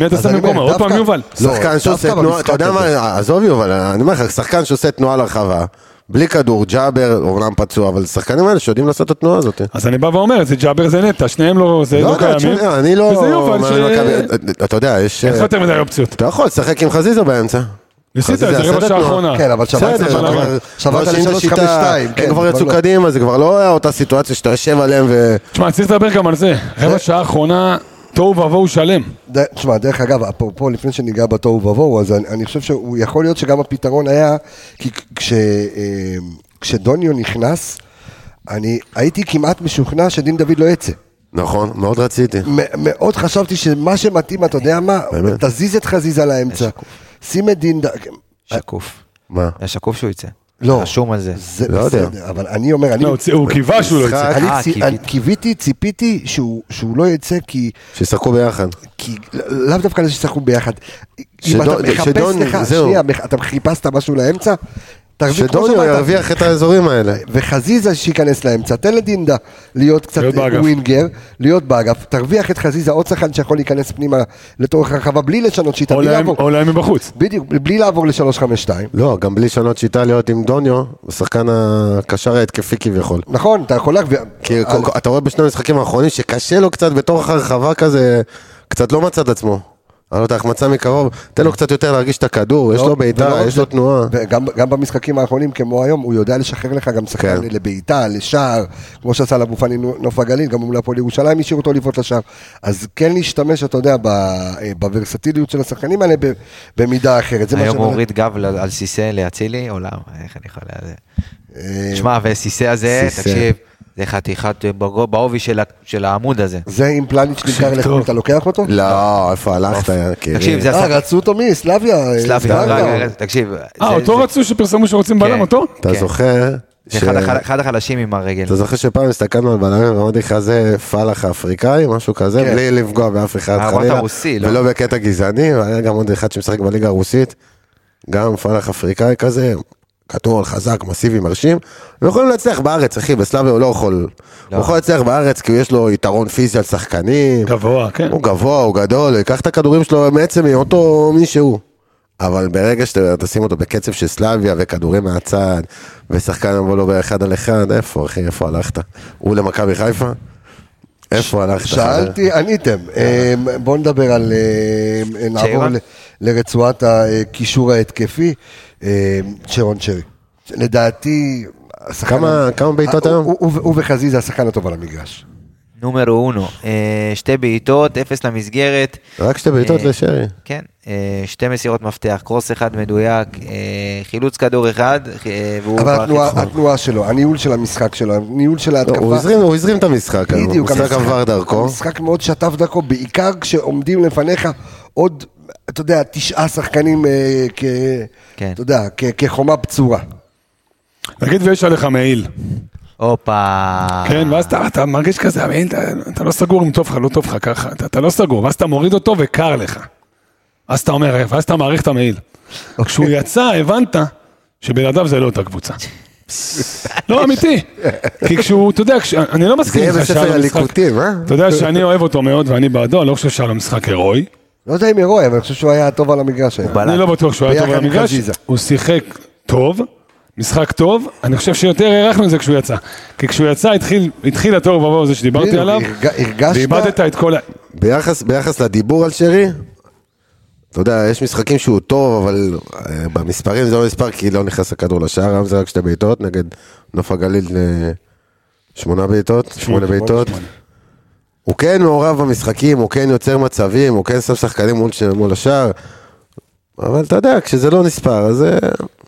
מי אתה
אז
שם
אני אומר,
במקומו? עוד
דווקא-
פעם יובל.
לא,
שחקן שעושה
דווקא
תנועה,
במשחק
אתה יודע
הזה.
מה, עזוב יובל, אני אומר לך, שחקן שעושה תנועה לרחבה, בלי כדור, ג'אבר, אומנם פצוע, אבל השחקנים האלה שיודעים לעשות את התנועה הזאת.
אז אני בא ואומר, זה ג'אבר זה נטע, שניהם אה, לא זה
לא
לא
יודע,
קיימים.
תשמע, אני לא...
וזה יובל
אומר
ש...
למכבי, אתה- אתה יודע, יש...
אין לך יותר מדי אופציות.
אתה יכול לשחק עם חזיזה באמצע.
ניסית את
חזיזה
זה
עשה
רבע
את
שעה
התנועה.
אחרונה.
כן, אבל שברת
בסדר,
בסדר,
אבל-
אבל-
אבל-
שברת
אבל
על
שיש
שלוש,
שיטה,
חמש, שתיים, כן,
הם כבר
כבר
יצאו
לא.
קדימה, זה כבר לא היה אותה סיטואציה שאתה יושב עליהם ו...
תשמע, צריך לדבר גם על זה. רבע שעה אחרונה, תוהו ובוהו שלם.
ד- תשמע, דרך אגב, אפרופו, לפני שניגע בתוהו ובוהו, אז אני, אני חושב שהוא יכול להיות שגם הפתרון היה, כי כ- כש, אה, כשדוניו נכנס, אני הייתי כמעט משוכנע שדין דוד לא יצא.
נכון, מאוד רציתי.
מ- מאוד חשבתי שמה שמתאים, אתה יודע מה,
באמת?
תזיז את חזיזה לאמצע. שים את דין... ד-
שקוף.
מה?
היה שקוף שהוא יצא.
לא.
רשום על זה.
זה
לא יודע.
בסדר, אבל אני אומר, אני...
לא, הוא- הוא קיווה שהוא לא יצא.
אני
אה,
צי-
קיווית.
אני קיוויתי, ציפיתי שהוא שהוא לא יצא כי,
שישחקו ביחד.
כי לא- לאו דווקא על זה שישחקו ביחד. אם אתה
שדון-
מחפש
שדון-
לך,
זהו.
שנייה, מח- אתה חיפשת משהו לאמצע, תרוויח כמו
שדוניו
שאמרת,
ירוויח את האזורים האלה.
וחזיזה שייכנס לאמצע, תן לדינדה להיות קצת
להיות באגף.
ווינגר, להיות באגף, תרוויח את חזיזה, עוד שחקן שיכול להיכנס פנימה לתורך הרחבה בלי לשנות שיטה,
או
בלי
להם-
לעבור,
או להם מבחוץ.
בדיוק, בלי לעבור ל-352.
לא, גם בלי לשנות שיטה להיות עם דוניו, שחקן הקשר ההתקפי כביכול.
נכון, אתה יכול להגביה.
כי כל- כל- אתה רואה בשני המשחקים האחרונים שקשה לו קצת בתוך הרחבה כזה, קצת לא מצא את עצמו. אני לא יודע, החמצה מקרוב, תן לו קצת יותר להרגיש את הכדור, יש לו בעיטה, יש לו תנועה.
וגם גם במשחקים האחרונים, כמו היום, הוא יודע לשחרר לך גם שחקן
כן.
לבעיטה, לשער, כמו שעשה לאבו פאני נו- נוף הגליל, גם מול הפועל ירושלים השאיר אותו לבעוט לשער. אז כן להשתמש, אתה יודע, ב- אה, בוורסטיליות של השחקנים האלה ב- במידה אחרת. זה מה
היום
שאני
הוא
אומר.
הוריד גב ל- על סיסא לאצילי, עולם, איך אני יכול... לה-
אה,
שמע, וסיסא הזה,
סיסא.
תקשיב, זה חתיכת אה, בגו- בעובי של ה- של העמוד הזה.
זה אם פלניץ' נמכר לחו"ל, אתה לוקח אותו?
לא, איפה הלכת, יקירי?
תקשיב, זה
אה,
השחק-
רצו אותו מי? סלאביה? אה,
סלאביה,
סלאביה.
רגע, רגע, תקשיב.
אה,
זה-
אותו
זה-
רצו שפרסמו שרוצים בלם,
כן.
אותו?
אתה
כן.
זוכר?
זה
ש-
אחד הח- אחד החלשים עם הרגל.
אתה זוכר שפעם הסתכלנו על בלמים ואמרתי לך זה פלאח האפריקאי, משהו כזה,
כן.
בלי לפגוע באף אחד
אה, אמרת
חלילה,
רוסי, לא?
ולא בקטע גזעני, והיה גם עוד אחד שמשחק בליגה הרוסית, גם פלאח אפריקאי כזה, קטור, חזק, מסיבי, מרשים, ויכולים להצליח בארץ, אחי, בסלאביה הוא לא יכול, הוא יכול להצליח בארץ כי יש לו יתרון פיזי על שחקנים,
גבוה, כן.
הוא גבוה, הוא גדול, הוא ייקח את הכדורים שלו בעצם מאותו מי שהוא. אבל ברגע שאתה תשים אותו בקצב של סלאביה וכדורים מהצד, ושחקן יבוא לו באחד על אחד, איפה אחי, איפה הלכת? הוא למכבי חיפה? איפה הלכת?
שאלתי, עניתם.
כן.
אה, בואו נדבר על... אה, נעבור
צ'יירון?
ל- לרצועת הקישור ההתקפי. אה, צ'רון צ'רי. לדעתי... השחקן-
כמה- כמה בעיטות
אה,
היום?
הוא- הוא הוא וחזיזה השחקן הטוב על המגרש.
נומרו אונו, אה, שתי בעיטות, אפס למסגרת.
רק שתי בעיטות
אה,
לשרי.
כן, אה, שתי מסירות מפתח, קרוס אחד מדויק, אה, חילוץ כדור אחד, אה, והוא...
אבל
כבר
התנועה-
חיסכון. הכדור
התנועה שלו, הניהול של המשחק שלו, הניהול של
לא,
ההתקפה.
הוא הזרים- הוא הזרים את המשחק,
בדיוק,
המשחק עבר דרכו.
המשחק מאוד שטף דרכו, בעיקר כשעומדים לפניך עוד, אתה יודע, תשעה שחקנים, אה, כ,
כן.
אתה יודע, כ, כחומה בצורה.
נגיד ויש עליך מעיל,
הופה.
כן,
אה.
ואז אתה- אתה מרגיש כזה, מעיל, אתה- אתה לא סגור אם טוב לך, לא טוב לך ככה, אתה- אתה לא סגור, ואז אתה מוריד אותו וקר לך. אז אתה אומר, "אה", ואז אתה מעריך את המעיל.
לא,
כשהוא יצא, הבנת שבלעדיו זה לא אותה קבוצה. לא, אמיתי. כי כשהוא, אתה יודע, כש- אני לא
זה
מסכים
יהיה
איתך
בספר
שעל המשחק.
הליקוטים, אה?
אתה יודע שאני אוהב אותו מאוד ואני בעדו, אני לא חושב שעל המשחק הירואי.
לא יודע אם הירואי, אבל אני חושב שהוא היה הטוב על המגרש היום.
בלם.
אני לא בטוח שהוא היה טוב
ביחד עם
במגרש,
חזיזה.
הוא שיחק טוב, משחק טוב, אני חושב שיותר הערכנו את זה כשהוא יצא. כי כשהוא יצא התחיל, התחיל התוהו ובוהו הזה שדיברתי
בדיוק,
עליו,
הרג- הרגשת-
ואיבדת את כל ה...
ביחס, ביחס לדיבור על שרי, אתה יודע, יש משחקים שהוא טוב, אבל אה, במספרים זה לא מספר, כי לא נכנס הכדור לשער, היום זה רק שתי בעיטות, נגד נוף הגליל אה, שמונה בעיטות, שמונה בעיטות. הוא כן מעורב במשחקים, הוא כן יוצר מצבים, הוא כן שם שחקנים מול, ש- מול השער, אבל אתה יודע, כשזה לא נספר, אז זה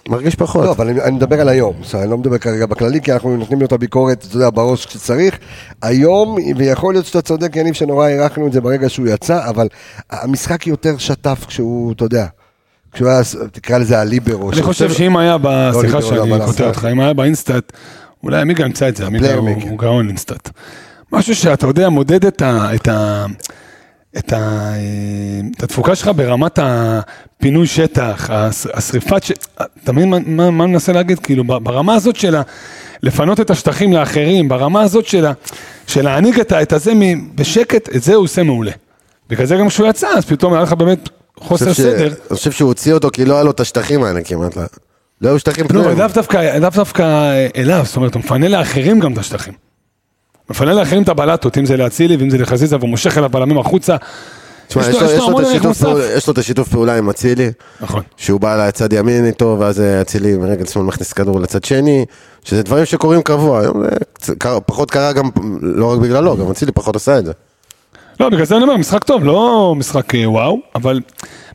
מרגיש פחות.
לא, אבל אני, אני מדבר על היום, בסדר, אני לא מדבר כרגע בכללי, כי אנחנו נותנים לו את הביקורת, אתה יודע, בראש כשצריך. היום, ויכול להיות שאתה צודק, יניב, שנורא הערכנו את זה ברגע שהוא יצא, אבל המשחק יותר שטף כשהוא, אתה יודע, כשהוא היה, תקרא לזה הליבר. או
אני חושב שאם היה, ב-
לא
סליחה
לידור, אבל
שאני קוטע
עשה.
אותך, אם היה באינסטאט, אולי עמיגה ימצא את זה, עמיגה הוא-
פליירמקר.
הוא גאון אינסטאט. משהו שאתה יודע, מודד את ה... את ה... את, ה, אה, את התפוקה שלך ברמת הפינוי שטח, הס- השריפת, ש... אתה מבין מה- מה מה אני מנסה להגיד? כאילו, ב- ברמה הזאת של ה- לפנות את השטחים לאחרים, ברמה הזאת של ה- של להעניק את ה- את הזה מ- בשקט, את זה הוא עושה מעולה. בגלל זה גם כשהוא יצא, אז פתאום היה לך באמת
אני
חוסר
חושב ש-
סדר.
אני חושב שהוא הוציא אותו כי לא היה לו את השטחים האלה כמעט. לא- לא היו שטחים
לא,
פנויים.
לאו דווקא, לאו דווקא אליו, זאת אומרת, הוא מפנה לאחרים גם את השטחים. מפנה לאחרים את הבלטות, אם זה לאצילי ואם זה לחזיזה, והוא מושך אליו בלמים החוצה.
תשמע,
יש לו- יש לו
את
המון ערך
השיתוף
מוסף.
פעולה- יש לו את השיתוף פעולה עם אצילי,
נכון.
שהוא בא לצד ימין איתו, ואז אה, אצילי מרגל שמאל מכניס כדור לצד שני, שזה דברים שקורים קבוע. היום זה קצ- קרה- פחות קרה גם, לא רק בגללו, גם אצילי פחות עשה את זה.
לא, בגלל זה אני אומר, משחק טוב, לא משחק אה, וואו, אבל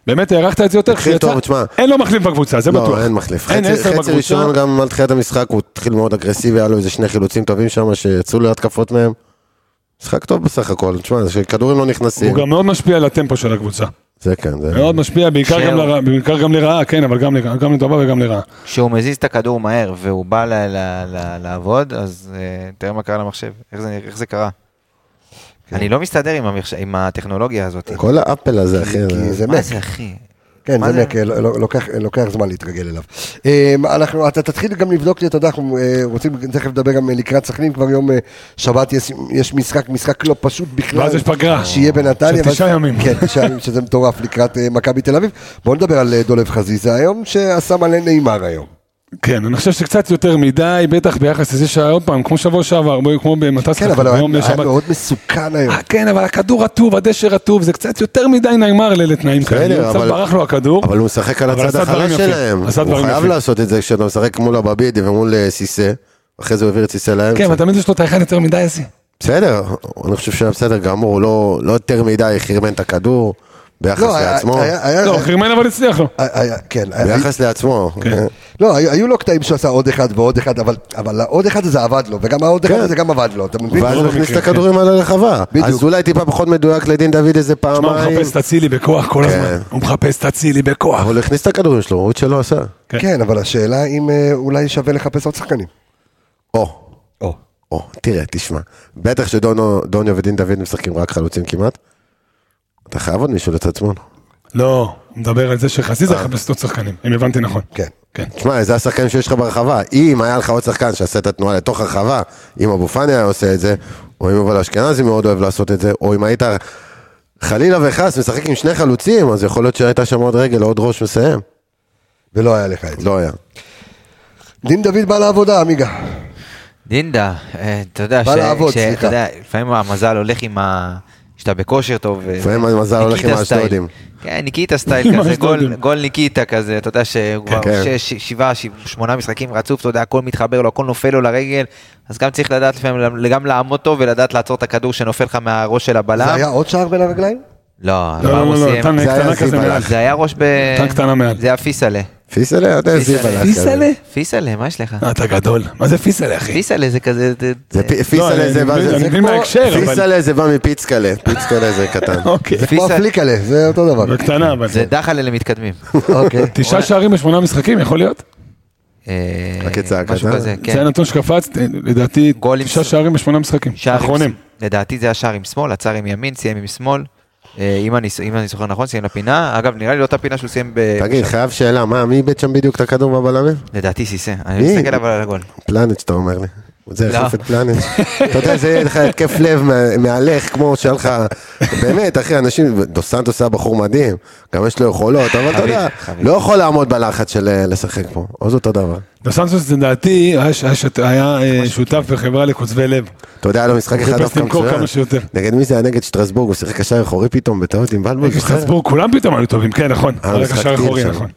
באמת הערכת את זה יותר,
התחיל
כי יצא-
טוב, תשמע.
אין לו מחליף בקבוצה, זה בטוח.
לא, אין מחליף.
אין
חצי-
עשר
חצי
בקבוצה.
ראשון גם על תחילת המשחק, הוא התחיל מאוד אגרסיבי, היה לו איזה שני חילוצים טובים שם, שיצאו להתקפות מהם. משחק טוב בסך הכל, תשמע, זה שכדורים לא נכנסים.
הוא גם מאוד משפיע על הטמפו של הקבוצה.
זה כן, זה...
מאוד משפיע, בעיקר גם
שהוא-
לרע- בעיקר גם לרעה, כן, אבל גם לרע- גם לטובה וגם לרעה.
כשהוא מזיז את הכדור מהר והוא בא ל- ל- ל- לעבוד, אז אה, תראה מה קרה למחשב, איך זה- איך זה קרה. אני לא מסתדר עם המחש- עם הטכנולוגיה הזאת.
כל האפל הזה, אחי.
כי
זה-
אה, זה
מה
מק.
זה אחי?
כן,
מה
זה
זה?
מק, אה, לא- לא- לוקח- אה, לוקח זמן להתרגל אליו. אמ, אנחנו, אתה תתחיל גם לבדוק לי, אתה יודע, אנחנו אה, רוצים תכף לדבר גם אה, לקראת סכנין, כבר יום אה, שבת יש- יש משחק, משחק לא פשוט בכלל.
ואז יש פגרה.
שיהיה בנתניה.
של
ואז-
תשעה ימים.
כן, תשעה ימים, שזה מטורף לקראת אה, מכבי תל אביב. בואו נדבר על אה, דולב חזיזה היום, שעשה מלא נעימר היום.
כן, אני חושב שקצת יותר מדי, בטח ביחס לזה שהיה עוד פעם, כמו שבוע שעבר, בואי, כמו במטס
כן,
חכם,
אבל הוא
ביום
היה היה
בשבת.
מאוד מסוכן היום.
אה, כן, אבל הכדור רטוב, הדשא רטוב, זה קצת יותר מדי נעימר לתנאים כאלה,
בסדר,
הוא קצת
אבל-
ברח לו הכדור.
אבל הוא משחק על
אבל
הצד
עשה דברים
החלש
יפים.
שלהם.
עשה
הוא
דברים
חייב
יפים.
לעשות את זה כשאתה משחק מול עבבידי ומול אה, סיסא. אחרי זה הוא העביר את סיסא
כן,
לאמצע.
אבל תמיד יש לו את האחד יותר מדי הזה.
בסדר, אני חושב שהיה בסדר גמור, הוא לא- לא יותר מדי חרמן את הכדור ביחס
לא, היה-
לעצמו.
היה- היה-
אה.
לא, חרמן אבל הצליח לו.
היה- היה- כן, היה-
ביחס לעצמו.
כן.
לא, היו, היו לו קטעים שהוא עשה עוד אחד ועוד אחד, אבל, אבל העוד אחד הזה עבד לו, וגם העוד אחד
כן.
הזה גם עבד לו, אתה מבין?
ואז
ברוב
הוא הכניס את
המקרים,
הכדורים על הרחבה.
בדיוק.
אז אולי טיפה פחות מדויק לדין דוד איזה
שמע, הוא
פעמיים.
מחפש את אצילי בכוח כל הזמן. הוא מחפש את אצילי בכוח.
כן. אבל הוא הכניס את הכדורים שלו, הוא את שלו עשה.
כן.
כן, אבל השאלה אם אה, אולי שווה לחפש עוד שחקנים.
או,
או.
או, תראה, תשמע. בטח שדוניו ודין דוד משחקים רק חלוצים כמעט. אתה חייב עוד מישהו לצד שמאל.
לא, הוא מדבר על זה שחזיזה
אה.
יחפש עוד שחקנים, אם הבנתי נכון.
כן.
כן.
תשמע, זה השחקן שיש לך ברחבה. אם היה לך עוד שחקן שעשה את התנועה לתוך הרחבה, אם אבו פאני היה עושה את זה, או אם יובל אשכנזי מאוד אוהב לעשות את זה, או אם היית חלילה וחס משחק עם שני חלוצים, אז יכול להיות שהייתה שם עוד רגל, עוד ראש מסיים.
ולא היה לך את זה.
לא היה.
דין דוד בא לעבודה, עמיגה.
דינדה, אה, אתה יודע,
בא לעבוד,
ש- אתה
סליחה.
יודע, לפעמים המזל הולך עם ה... שאתה בכושר טוב. ו-
לפעמים המזל הולך עם
ניקיטה סטייל.
האשדודים.
כן, ניקיטה סטייל
עם
כזה, גול-
האשדודים.
גול ניקיטה כזה, אתה יודע שכבר
כן.
שש, שבעה, שבע- שמונה משחקים רצוף, אתה יודע, הכל מתחבר לו, הכל נופל לו לרגל, אז גם צריך לדעת לפעמים, גם לעמוד טוב ולדעת לעצור את הכדור שנופל לך מהראש של
זה
הבלם.
היה עוד שער בין הרגליים?
לא,
לא,
אברהם
לא,
הוא
לא,
סיים.
נתן
זה היה
קטנה כזה
זיו
מעל.
הלך.
זה היה ראש ב...
נתן קטנה מעל.
זה היה פיסלה.
פיסלה, אתה יודע, זיו
פיסלה.
הלך.
פיסלה?
פיסלה, מה יש לך?
אה, אתה גדול. מה זה פיסלה, אחי?
פיסלה זה כזה... זה-
זה פי- פיסלה
לא, אני
זה בא
מבין-
זה-
אני
זה
מבין
כמו-
מההקשר, אבל-
פיסלה זה בא מפיצקלה, פיצקלה זה קטן.
אוקיי.
זה כמו
פיסה-
הפליקלה, זה אותו דבר.
בקטנה, אבל.
זה דחלה למתקדמים.
אוקיי.
תשעה שערים בשמונה משחקים, יכול להיות?
אה,
רק יצא
משהו
הקטן.
כזה,
זה
כן.
הנתון שקפץ, לדעתי,
גול עם
תשעה
ס-
שערים בשמונה משחקים.
שער עם-
האחרונים.
לדעתי זה היה שער עם שמאל, עצר עם ימין, סיים עם שמאל. אה, אם אני אם אני זוכר נכון, סיים לפינה. אגב, נראה לי לא אותה פינה שהוא סיים ב...
תגיד, חייב שאלה, מה, מי איבד שם בדיוק את הכדור בבלמים?
לדעתי סיסא. אני לא
מי?
מסתכל אבל על הגול.
פלנץ', אתה אומר לי. זה
לא.
החליף את פלנץ'. אתה יודע, זה יהיה לך התקף לב מה- מהלך, כמו שהיה לך... באמת, אחי, אנשים... דו סנטוס היה בחור מדהים, גם יש לו יכולות, אבל אתה
חביב,
יודע,
חביב.
לא יכול לעמוד בלחץ של אה, לשחק פה. אז אותו דבר.
דו סנטוס לדעתי היה ש- היה ש- היה אה, שותף בחברה לקוצבי לב.
אתה יודע, היה לו משחק
הוא
אחד
חיפש
דווקא
למכור
מצוין.
כמה שיותר.
נגד מי זה היה? נגד שטרסבורג, הוא שיחק קשר אחורי פתאום, בטעות עם בלבול. זוכר?
שטרסבורג כולם פתאום היו טובים, כן נכון.
אה,
רק
משחק
השער
טיל
האחורי,
שם.
נכון.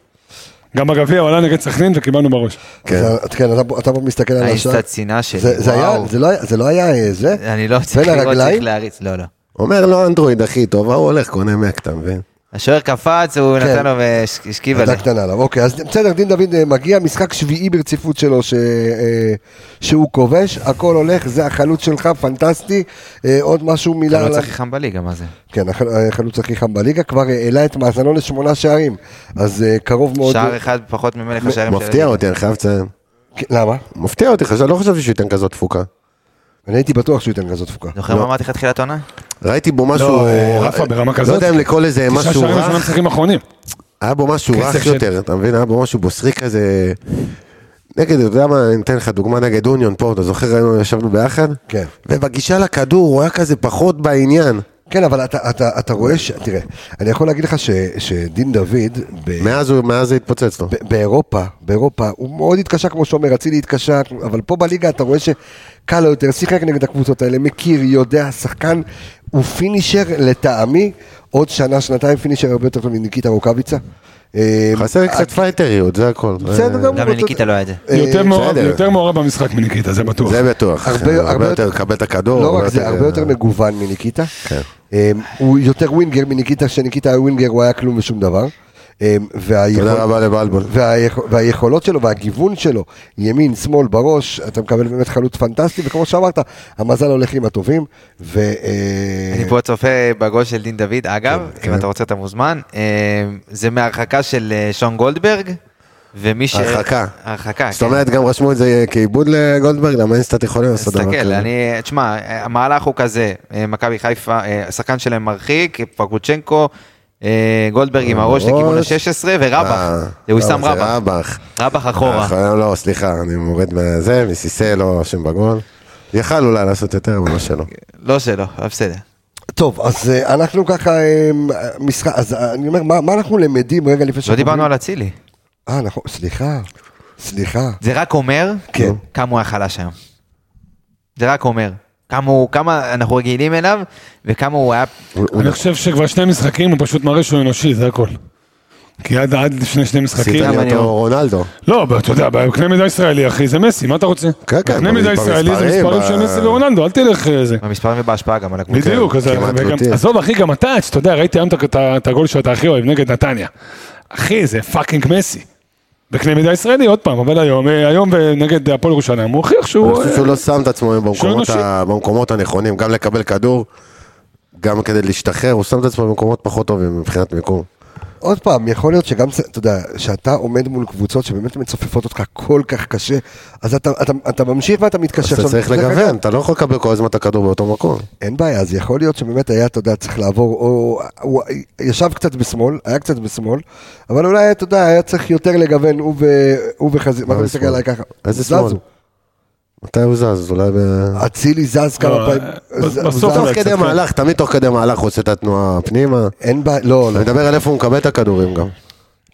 גם בגביע הוא עלה נגד סכנין וקיבלנו בראש.
כן.
אתה- כן, אתה פה- אתה פה מסתכל על השער.
האינסטנט שנאה שלי,
זה- זה היה-
וואו.
זה לא היה- זה לא היה אה, זה?
אני לא צריך
בין
לראות,
הרגליים?
צריך להריץ. לא, לא.
אומר לו אנדרואיד, אחי, טוב, ההוא הולך, קונה מק, אתה מבין?
השוער קפץ, הוא
כן.
נתן לו והשכיב עליה.
הייתה קטנה עליו, אוקיי, אז בסדר, דין דוד אה, מגיע, משחק שביעי ברציפות שלו ש- אה, שהוא כובש, הכל הולך, זה החלוץ שלך, פנטסטי. אה, עוד משהו, מילה
לא
על...
צריך חם בליגה, מה זה?
כן, הח- החלוץ הכי חם בליגה, כבר אה, העלה את מאזנו לשמונה שערים, אז אה, קרוב מאוד...
שער אחד פחות ממלך השערים של
מפתיע אותי, אני חייב לציין.
כן, למה?
מפתיע אותי, חשב- לא חשבתי שהוא ייתן כזאת תפוקה.
אני הייתי בטוח שהוא ייתן כזאת תפוקה.
נכון.
זוכר מה אמרתי לך תחילת עונה?
ראיתי בו משהו,
אה,
אה,
רפה, ברמה
לא
כזאת?
יודע אם לקרוא לזה
תשעה
משהו
שערים בשמונה
רך,
משחקים אחרונים.
היה בו משהו
כסף
רך
של-
יותר, אתה מבין? היה בו משהו בוסרי כזה. נגד, אתה יודע מה, אני אתן לך דוגמה נגד אוניון פה, אתה זוכר, היינו- ישבנו ביחד?
כן.
ובגישה לכדור הוא היה כזה פחות בעניין.
כן, אבל אתה, אתה, אתה רואה ש... תראה, אני יכול להגיד לך ש, שדין דוד, ב,
מאז הוא- מאז זה התפוצץ לו.
ב- באירופה, באירופה, הוא מאוד התקשה, כמו שאומר, אצילי התקשה, אבל פה בליגה אתה רואה שקל לו יותר, שיחק נגד הקבוצות האלה, מכיר, יודע, שחקן, הוא פינישר לטעמי, עוד שנה, שנתיים פינישר הרבה יותר טוב מניקיטה רוקאביצה. אה,
חסר קצת פייטריות, זה הכל. אה,
בסדר גמור.
גם לניקיטה לא היה את זה.
אה,
יותר מעורב-
בסדר.
יותר מעורב במשחק מניקיטה, זה בטוח.
זה בטוח.
הרבה-
הרבה,
הרבה
יותר
יותר-
לקבל את הכדור. אה,
לא רק זה, הרבה יותר מגוון מניקיטה.
כן.
אמ, הוא יותר ווינגר מניקיטה, כשניקיטה היה ווינגר הוא היה כלום ושום דבר. אמ, והיכול-
תודה רבה לבלבול.
והיכול- והיכולות שלו והגיוון שלו, ימין, שמאל, בראש, אתה מקבל באמת חלוץ פנטסטי, וכמו שאמרת, המזל הולך עם הטובים. ו... אה,
אני פה צופה בגול של דין דוד,
כן,
אגב, אם אתה רוצה אתה מוזמן. אה, זה מהרחקה של אה, שון גולדברג, ומי ש...
הרחקה.
הרחקה, כן.
זאת אומרת, גם רשמו את זה כעיבוד לגולדברג, למה אינסטאט יכולים לעשות דבר
תסתכל,
כזה?
אני, תשמע, המהלך הוא כזה, אה, מכבי חיפה, אה, השחקן שלהם מרחיק, פקוצ'נקו, אה, גולדברג עם הראש לכיוון
ראש.
ה-16,
אה,
ורבח, זה
לא,
וויסאם
זה
רבח,
רבח.
רבח אחורה.
אה, לא, סליחה, אני מורד מזה, מסיסה, לא אשם בגול. יכל אולי לעשות יותר, אבל לא שלא.
לא שלא, אבל בסדר.
טוב, אז אה, אנחנו ככה, אמ, משחק, אז אה, אני אומר, מה מה אנחנו למדים רגע לפני
לא
שאנחנו-
דיברנו על אצילי.
אה, נכון, סליחה, סליחה.
זה רק אומר
כן.
כמה הוא היה חלש היום. זה רק אומר. כמה, הוא- כמה אנחנו רגילים אליו, וכמה הוא היה...
אני חושב שכבר שני משחקים הוא פשוט מראה שהוא אנושי, זה הכל. כי עד עד לפני שני
עשית
משחקים...
גם
לי
אני
אותו
אומר.
רונלדו.
לא, אבל אתה יודע, בקנה מידה ישראלי, אחי, זה מסי, מה אתה רוצה?
כן, כן,
בקנה מידה
במספרים,
ישראלי זה מספרים
ב-
של מסי ורונלדו, אל תלך אה, זה.
במספרים ובהשפעה גם על הקבוצה.
בדיוק, אז
כמעט
וגם-
אותי.
עזוב אחי, גם אתה, אתה יודע, ראיתי היום את- את- את הגול שאתה הכי אוהב נגד נתניה. אחי, זה פאקינג מסי. בקנה מידה ישראלי, עוד פעם, אבל היום, אה, היום אה, נגד הפועל ירושלים, הוא הוכיח
אני
שהוא...
חושב
אה,
שהוא לא שם את עצמו במקומות
אנושי.
ה- במקומות הנכונים, גם לקבל כדור, גם כדי להשתחרר, הוא שם את עצמו במקומות פחות טובים מבחינת מיקום.
עוד פעם, יכול להיות שגם, זה- אתה יודע, שאתה עומד מול קבוצות שבאמת מצופפות אותך כל כך קשה, אז אתה, אתה, אתה ממשיך ואתה מתקשה.
אז אתה
עכשיו,
צריך
דרך
לגוון,
אגב,
אתה לא יכול לקבל כל הזמן את הכדור באותו מקום.
אין בעיה, אז יכול להיות שבאמת היה, אתה יודע, צריך לעבור, או... הוא ישב קצת בשמאל, היה קצת בשמאל, אבל אולי, אתה יודע, היה צריך יותר לגוון, הוא, ו, הוא וחזיר, מה אתה מסתכל
בשמאל?
עליי ככה?
איזה
זזו.
שמאל? מתי הוא זז? אז אולי ב... לא,
אצילי זז כמה
לא,
פעמים.
ב-
ז-
בסוף
זז.
אולי
תוך
קצת,
כדי
כן.
מהלך, תמיד תוך כדי מהלך הוא עושה את התנועה פנימה.
אין בעיה, לא, לא.
אני מדבר על איפה הוא מקבל את הכדורים גם.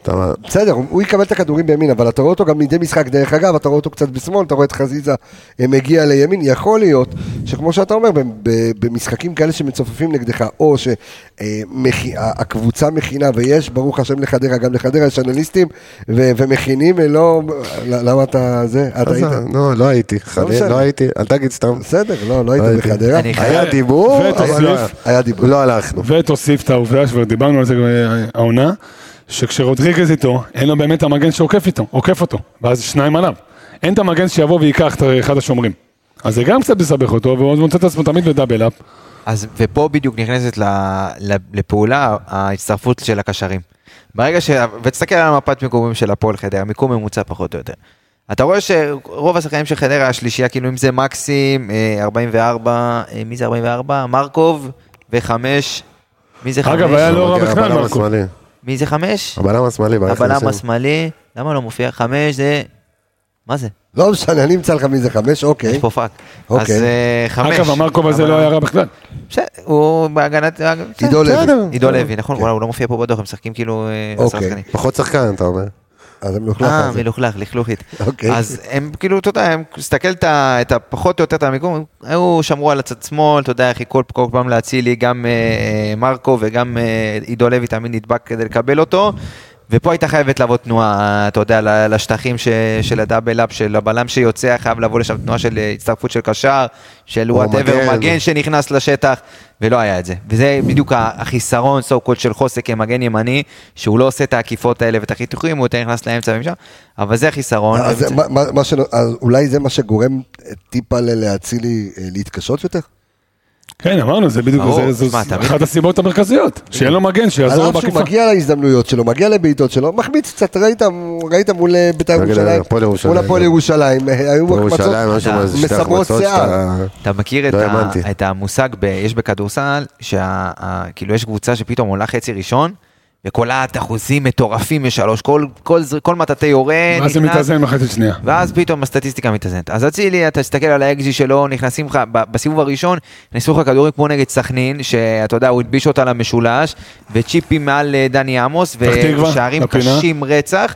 אתה אומר,
בסדר, הוא- הוא יקבל את הכדורים בימין, אבל אתה רואה אותו גם מדי משחק. דרך אגב, אתה רואה אותו קצת בשמאל, אתה רואה את חזיזה אה, מגיע לימין. יכול להיות שכמו שאתה אומר, ב- ב- במשחקים כאלה שמצופפים נגדך, או אה, שהקבוצה מכינה, ויש, ברוך השם לחדרה, גם לחדרה יש אנליסטים, ו- ומכינים, ולא... ל- למה אתה זה? אה, אתה היית?
עזוב, לא, לא הייתי, חלילה,
משנה.
לא הייתי, אל תגיד סתם.
בסדר, לא, לא היית
לא הייתי.
בחדרה.
אני חייב...
היה דיבור,
ותוסיף.
אבל לא היה-
היה דיבור.
לא הלכנו.
אה, ותוסיף את העובדה, שכבר דיברנו על זה אה, העונה, שכשרודריגז איתו, אין לו באמת את המגן שעוקף איתו, עוקף אותו, ואז שניים עליו. אין את המגן שיבוא וייקח את אחד השומרים. אז זה גם קצת מסבך אותו, והוא מוצא את עצמו תמיד בדאבל אפ.
אז ופה בדיוק נכנסת ל, ל, לפעולה ההצטרפות של הקשרים. ברגע ש... ותסתכל על המפת מיקומים של הפועל חדרה, מיקום ממוצע פחות או יותר. אתה רואה שרוב השחקנים של חדרה השלישייה, כאילו אם זה מקסים, אה, 44, אה, מי זה 44? מרקוב וחמש, מי זה חמש?
אגב, היה לא רע
אוקיי,
בכלל,
הבלם
מרקו.
השמאלי.
מי זה חמש?
הבלם השמאלי. בערך
הבלם
נשים.
השמאלי, למה לא מופיע? חמש זה... מה זה?
לא משנה, אני אמצא לך מי זה חמש,
יש
אוקיי.
פה פאק. אז
אוקיי.
אה, חמש.
אגב, המרקוב הזה
אבל-
לא היה רע בכלל.
בסדר, הוא בהגנת... בסדר.
עידו לוי. כן.
עידו לוי, נכון, וואלה, הוא לא מופיע פה בדוח, הם משחקים כאילו אה, עשרה
אוקיי.
שחקנים.
פחות שחקן, אתה אומר.
אז הם נוכלו
אה,
אחר זה.
מלוכלך, לכלוכית.
אוקיי.
אז הם כאילו, אתה יודע, הם, תסתכל את ה- את ה- פחות או יותר את המיקום, היו שמרו על הצד שמאל, אתה יודע, חיכו כל פעם להצילי, גם אה, אה, מרקו וגם אה, עידו לוי תמיד נדבק כדי לקבל אותו. ופה הייתה חייבת לבוא תנועה, אתה יודע, ל- לשטחים ש- של הדאבל אפ, של הבלם שיוצא, חייב לבוא לשם תנועה של אה, הצטרפות של קשר, של
או
וואטאבר,
מגן.
מגן שנכנס לשטח, ולא היה את זה. וזה בדיוק ה- החיסרון, so called, של חוסק כמגן ימני, שהוא לא עושה את העקיפות האלה ואת החיתוכים, הוא יותר נכנס לאמצע ומשם, אבל זה החיסרון.
אז
וזה-
אה, מה- מה- מה שלא- אז אולי זה מה שגורם אה, טיפה ל- לאצילי אה, להתקשות יותר?
כן, אמרנו, זה בדיוק,
ברור,
זה- זו
מה, תמיד-
אחת הסיבות המרכזיות. שיהיה לו מגן,
על
שיעזור לו
אף שהוא
בכיפה.
מגיע להזדמנויות שלו, מגיע לבעיטות שלו, מחמיץ קצת, ראית, ראית מול אה, בית"ר
נגד
ירושלים,
הפועל ירושלים.
מול הפועל ירושלים, אה, היו החמצות,
בירושלים משהו
אתה-
באיזה שתי
מסמרות
החמצות
שיער.
שאתה...
אתה מכיר את,
לא
ה,
האמנתי.
כאילו, את המושג, ב, יש בכדורסל, שכאילו יש קבוצה שפתאום עולה חצי ראשון, וקולעת אחוזים מטורפים משלוש, כל, כל, זר- כל מטאטא יורה,
ואז זה מתאזן מחצית שנייה.
ואז פתאום הסטטיסטיקה מתאזנת. אז אצילי, אתה תסתכל על האקזי שלו, נכנסים לך, ב- בסיבוב הראשון, נכנסו לך כדורים כמו נגד סכנין, שאתה יודע, הוא הדביש אותה למשולש, וצ'יפים מעל אה, דני עמוס,
פתח תקווה,
ושערים
לפינה.
קשים רצח.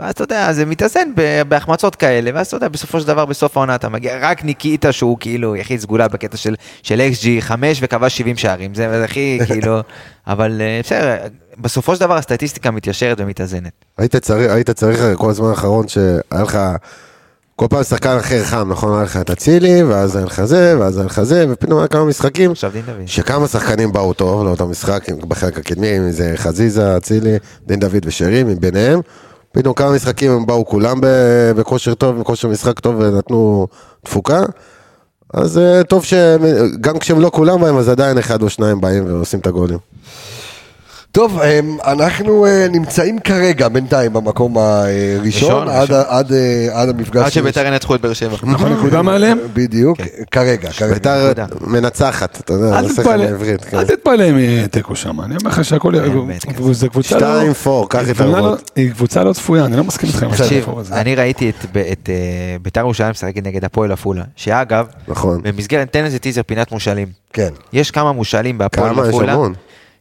ואז אתה יודע, זה מתאזן ב- בהחמצות כאלה, ואז אתה יודע, בסופו של דבר, בסוף העונה אתה מגיע, רק ניקיטה שהוא כאילו יחיד סגולה בקטע של, של XG 5 וכבש 70 שערים, זה זה הכי כאילו, אבל אה, בסדר, בסופו של דבר הסטטיסטיקה מתיישרת ומתאזנת.
היית צריך, היית צריך כל הזמן האחרון שהיה לך, כל פעם שחקן אחר חם, נכון? היה לך את אצילי, ואז היה לך זה, ואז היה לך זה, ופתאום היה כמה משחקים,
עכשיו דין דוד.
שכמה שחקנים באו טוב לאותו משחק, אם בחלק הקדמי, אם זה חזיזה, אצילי, דין דוד ושרי, מביניהם. פתאום כמה משחקים הם באו כולם ב- בכושר טוב, בכושר משחק טוב ונתנו תפוקה. אז אה, טוב שגם כשהם לא כולם באים, אז עדיין אחד או שניים באים ועושים את הגולים.
טוב, אמ, אנחנו אה, נמצאים כרגע בינתיים במקום הראשון,
ראשון,
עד
ראשון.
ה- עד, אה, עד המפגש.
עד שביתר ינצחו את באר שבע.
נכון, נקודה מעליהם?
בדיוק, כרגע,
כן,
כרגע.
בית"ר
נקודה.
מנצחת, אתה יודע,
אל
זה שחקן
תתפלא,
בעברית. כן.
אל תתפלא מתיקו שם, אני אומר לך שהכל...
באמת, כן.
זה קבוצה לא...
שתיים פור, קח
היא
התערבות.
קבוצה לא- היא קבוצה לא צפויה, אני לא מסכים איתך עם
תקשיב,
הפור הזה.
אני ראיתי את ב- את, אה, ביתר ירושלים משחקת נגד הפועל עפולה, שאגב,
נכון.
במסגרת, תן איזה טיזר פינת מושאלים.
כן.
יש כמה מושאלים בהפועל
כמה?
עפולה.
יש המון.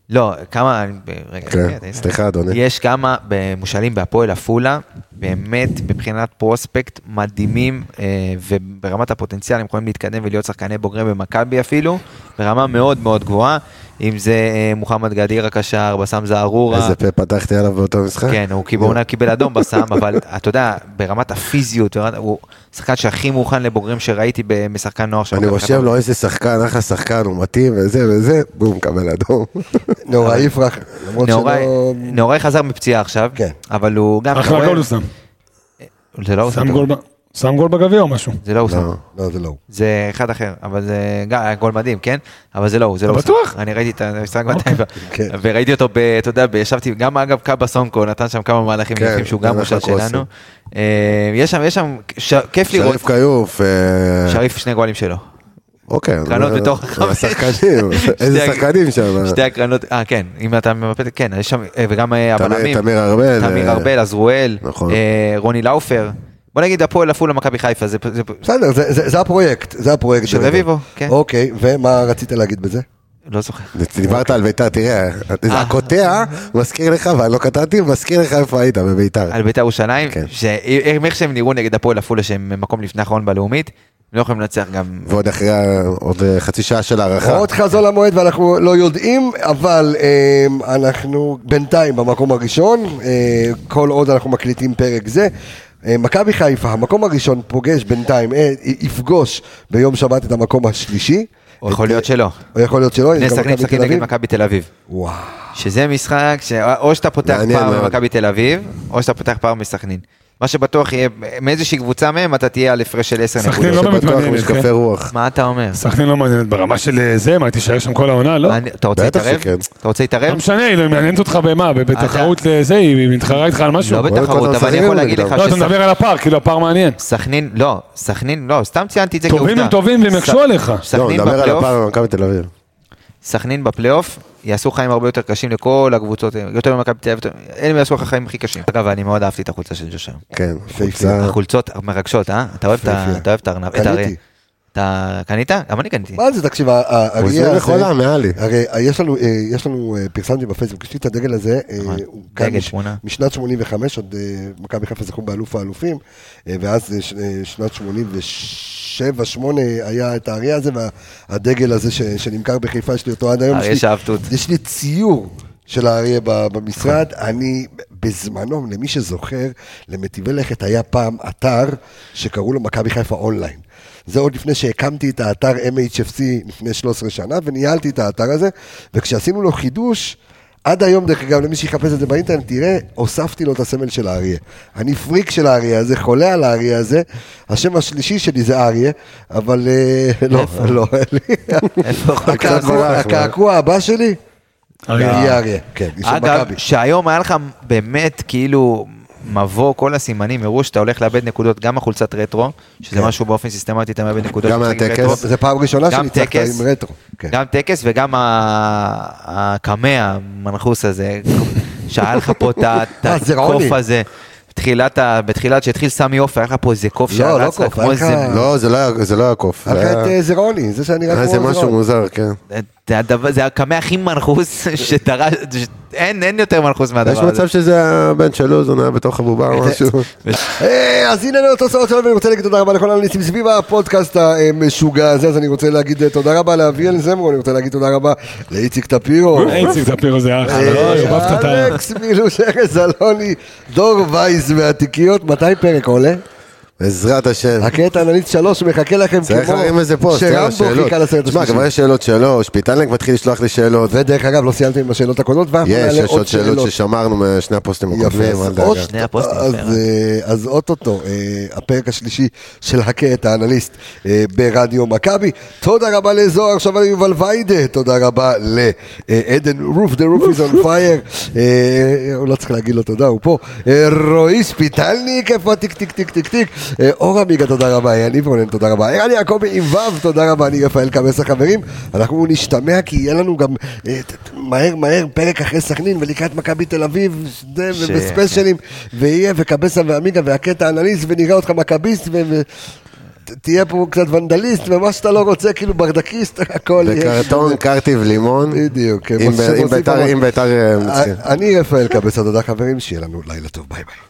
לא, כמה, אני- רגע,
כן,
שנייה, תן-
סליחה, אדוני.
יש כמה אה, מושאלים בהפועל עפולה, באמת מבחינת פרוספקט מדהימים, אה, וברמת הפוטנציאל הם יכולים להתקדם ולהיות שחקני בוגרים במכבי אפילו, ברמה מאוד מאוד גבוהה, אם זה אה, מוחמד גדיר הקשר, בסאם זערורה.
איזה פה פתחתי עליו באותו משחק. לא.
כן, הוא קיבל, אומנם קיבל אדום בסם, אבל אתה יודע, ברמת הפיזיות, ברמת- הוא שחקן שהכי מוכן לבוגרים שראיתי ב- משחקן נוער של
אני
מכבי
רושם
חיפה.
לו איזה שחקן, אחלה שחקן, הוא מתאים וזה וזה, בום, מקבל אדום.
נאורה יפרח, למרות
נאורי-
שלא...
נאורי חזר מפציעה עכשיו,
כן.
אבל הוא גם... אתה
אחלה
רואה-
גול הוא שם.
זה לא הוא
שם
שם.
גול ב- שם גול בגביע או משהו.
זה לא הוא שם.
לא.
לא, זה לא הוא.
זה אחד אחר, אבל זה גם היה גול מדהים, כן? אבל זה לא הוא, זה לא הוא.
בטוח? אוקיי.
אני ראיתי את המשחק 200,
כן.
וראיתי אותו, ב- אתה יודע, ב- ישבתי, גם אגב קאבה סונקו נתן שם כמה מהלכים
כן,
יפים שהוא גם
גם
מושל
אחלה קרוסים.
שלנו. אה, יש שם, יש שם, ש- כיף לראות,
שריף כיוף, אה,
שריף שני גולים שלו.
אוקיי. אני
קרנות
אומר,
בתוך החמש.
השחקנים,
שתי
איזה
הג-
שחקנים שם.
שתי הקרנות, אה כן, אם אתה ממפת, כן, יש שם, אה, וגם אה,
תמיר-
הבלמים,
תמיר ארבל,
תמיר
אה,
ארבל, עזרואל,
נכון.
אה, רוני לאופר, בוא נגיד הפועל עפולה מכבי חיפה, זה זה-
בסדר, זה- זה זה הפרויקט, זה הפרויקט.
של
בגדול.
רביבו, כן.
אוקיי, ומה רצית להגיד בזה?
לא זוכר.
דיברת על ביתר, תראה,
אה.
הקוטע מזכיר לך, ואני לא קטעתי, מזכיר לך איפה היית בביתר.
על בית"ר ירושלים,
כן.
שהם- איך שהם נראו נגד הפועל עפולה שהם מקום לפני האחרון בלאומית, הם לא יכולים לנצח גם,
ועוד אחרי, ה- עוד אה, חצי שעה של הארכה.
עוד חזון למועד ואנחנו לא יודעים, אבל אמ, אנחנו בינתיים במקום הראשון, אה, כל עוד אנחנו מקליטים פרק זה. אה, מכבי חיפה, המקום הראשון פוגש בינתיים, אה, י- יפגוש ביום שבת את המקום השלישי.
או יכול להיות שלא.
או יכול להיות שלא, יש
בני
גם
סכנין
מכבי
משחקים
תל
נגד
אביב.
מכבי תל אביב.
וואו,
שזה משחק שאו שאתה פותח
מעניין
פער
מאוד.
ממכבי תל אביב, או שאתה פותח פער מסכנין. מה שבטוח יהיה, מאיזושהי קבוצה מהם אתה תהיה על הפרש של 10
סכנין
נקודות.
לא באמת
שבטוח
מעניינת,
משקפי
כן.
רוח. לא,
מה אתה אומר?
סכנין לא מעניינת ברמה של אה, זה, מה, היא תישאר שם כל העונה, לא?
אני- אתה רוצה
בטח
להתערב?
שכן.
אתה רוצה להתערב?
לא משנה, היא לא מעניינת אותך במה, ב- בתחרות לזה, היא היא מתחרה איתך על משהו.
לא בתחרות,
קודם
אבל אני
שחקנים
יכול להגיד
נגדם.
לך
לא, אתה מדבר על הפער, כאילו הפער מעניין.
שסכנין, לא, סכנין, לא, סתם ציינתי את זה
טובים הם טובים והם יקשו
ס-
עליך.
לא,
סכנין
נדבר על
בפלייאוף,
הפעם במכבי תל אביב.
סכנין בפלייאוף, יעשו חיים הרבה יותר קשים לכל הקבוצות, יותר ממכבי תל אביב, הם יעשו לך חיים הכי קשים. אגב, אני מאוד אהבתי את החולצה של ג'וש היום.
כן,
אוקיי.
קבוצה-
החולצות מרגשות, אה? אתה אוהב את ה-
יפהפייה.
אתה אוהב את הארנב, את
קניתי.
האריה. אתה קנית? גם אני קניתי.
מה זה, תקשיב, ה- ה-
הוא
האריה
הזמין
הזה-
לכולם, מעלי.
הרי אה, יש לנו, אה, יש לנו, אה, פרסמתי בפייסבוק, יש לי את הדגל הזה, אה,
נכון.
הוא כאן
דגל,
מש-
תמונה.
משנת 85, עוד אה, מכבי חיפה זכו באלוף האלופים, אה, ואז אה, ש- אה, שנת 87, 8 היה את האריה הזה, והדגל הזה ש- שנמכר בחיפה, יש לי אותו עד היום.
אריה
יש לי-
שאפתות.
יש לי ציור. של האריה ב- במשרד, אני בזמנו, למי שזוכר, למטיבי לכת היה פעם אתר שקראו לו מכבי חיפה אונליין. זה עוד לפני שהקמתי את האתר MHFC לפני 13 שנה, וניהלתי את האתר הזה, וכשעשינו לו חידוש, עד היום, דרך אגב, למי שיחפש את זה באינטרנט, תראה, הוספתי לו את הסמל של האריה. אני פריק של האריה הזה, חולה על האריה הזה. השם השלישי שלי זה אריה, אבל אה, לא, לא, אין לי.
איפה יכול
הקעקוע-
קצת
אה?
ברח, אבל.
הקעקוע הבא שלי,
אה.
יהיה אריה. כן, איש של
אגב,
מכבי.
שהיום היה לך באמת כאילו מבוא, כל הסימנים הראו שאתה הולך לאבד נקודות, גם החולצת רטרו, שזה
כן.
משהו באופן סיסטמטי, אתה מאבד נקודות.
גם
במשחק
מהטקס.
רטרו.
זה פעם ראשונה
גם
שניצחת
טקס,
עם רטרו. כן.
גם טקס וגם ה- הקמע, המנחוס הזה, שהיה לך פה את ה- את
אה, זה רוני.
הקוף הזה. בתחילת, ה- בתחילת, כשהתחיל סמי עופר, היה לך פה איזה קוף
לא,
שרץ
לא
לך
קוף,
כמו
היה לך-
איזה...
לא, זה לא היה- זה לא היה קוף. זה
אחרת
היה-
אה, זה רוני, זה שאני רק
היה איזה משהו מוזר, כן.
זה הדבר- זה הקמע הכי מנחוס שדרש, ש- אין אין יותר מנחוס
יש
מהדבר הזה.
מצב שזה הבן של אוזון היה בתוך הבובה או משהו.
אה, אז הנה לנו התוצאות שלנו, ואני רוצה להגיד תודה רבה לכל האנליסטים סביב הפודקאסט המשוגע הזה, אז אני רוצה להגיד אה, תודה רבה לאביאל זמרו, אני רוצה להגיד תודה רבה לאיציק טפירו.
אה,
אה,
איציק ספיר זה אחלה, לא, ערבבת את ה...
אלכס מילוש, ארז אלוני, דור וייס והתיקיות, מתי פרק עולה?
בעזרת השם.
הקטע אנליסט שלוש מחכה לכם כמו
צריך להרים איזה פוסט, יאללה,
שרמבו
שאלות.
חיכה לסרט
תשמע,
השלישי.
כבר יש שאלות שלו, שפיטלנק מתחיל לשלוח לי שאלות.
ודרך אגב, לא סיימתם עם השאלות הקודמות, ואנחנו
יש,
נעלה עוד
יש עוד
שאלות.
שאלות ששמרנו משני הפוסטים
יפה,
הקודמים,
אז
אל דאגה.
עוד-
שני הפוסטים, כן.
אז,
פרק.
אה, אז אוטוטו, אה, הפרק השלישי של הכה את האנליסט אה, ברדיו מכבי. תודה רבה לזוהר שווה ליובל ויידה, תודה רבה לעדן רוף, דה רוף איז און פייר. הוא אה, לא צריך להגיד לו תודה, הוא פה. אה, רועי ספיטלניק, איפה תיק תיק תיק תק תיק. אה, אור עמיגה, תודה רבה, יניב רונן, תודה רבה. ערן יעקבי עם ו', תודה רבה, אני רפאל קמס החברים. אנחנו נשתמע כי יהיה לנו גם אה, ת- ת- מהר מהר פרק אחרי סכנין ולקראת מכבי תל אביב, זה
ש-
ובספיישלים, ויהיה וקבסה ועמיגה והקטע אנליסט, ונראה אותך מכביסט, ו... ו- ת- תהיה פה קצת ונדליסט, ומה שאתה לא רוצה, כאילו ברדקיסט, הכל יהיה.
בקרטון, קרטיב, לימון.
בדיוק.
אם ב-
משה
אם
מוסיף
ביתר-
אמר.
אם ביתר אה, מנצחים.
אני רפאל קבסה, תודה חברים, שיהיה לנו לילה טוב, ביי ביי.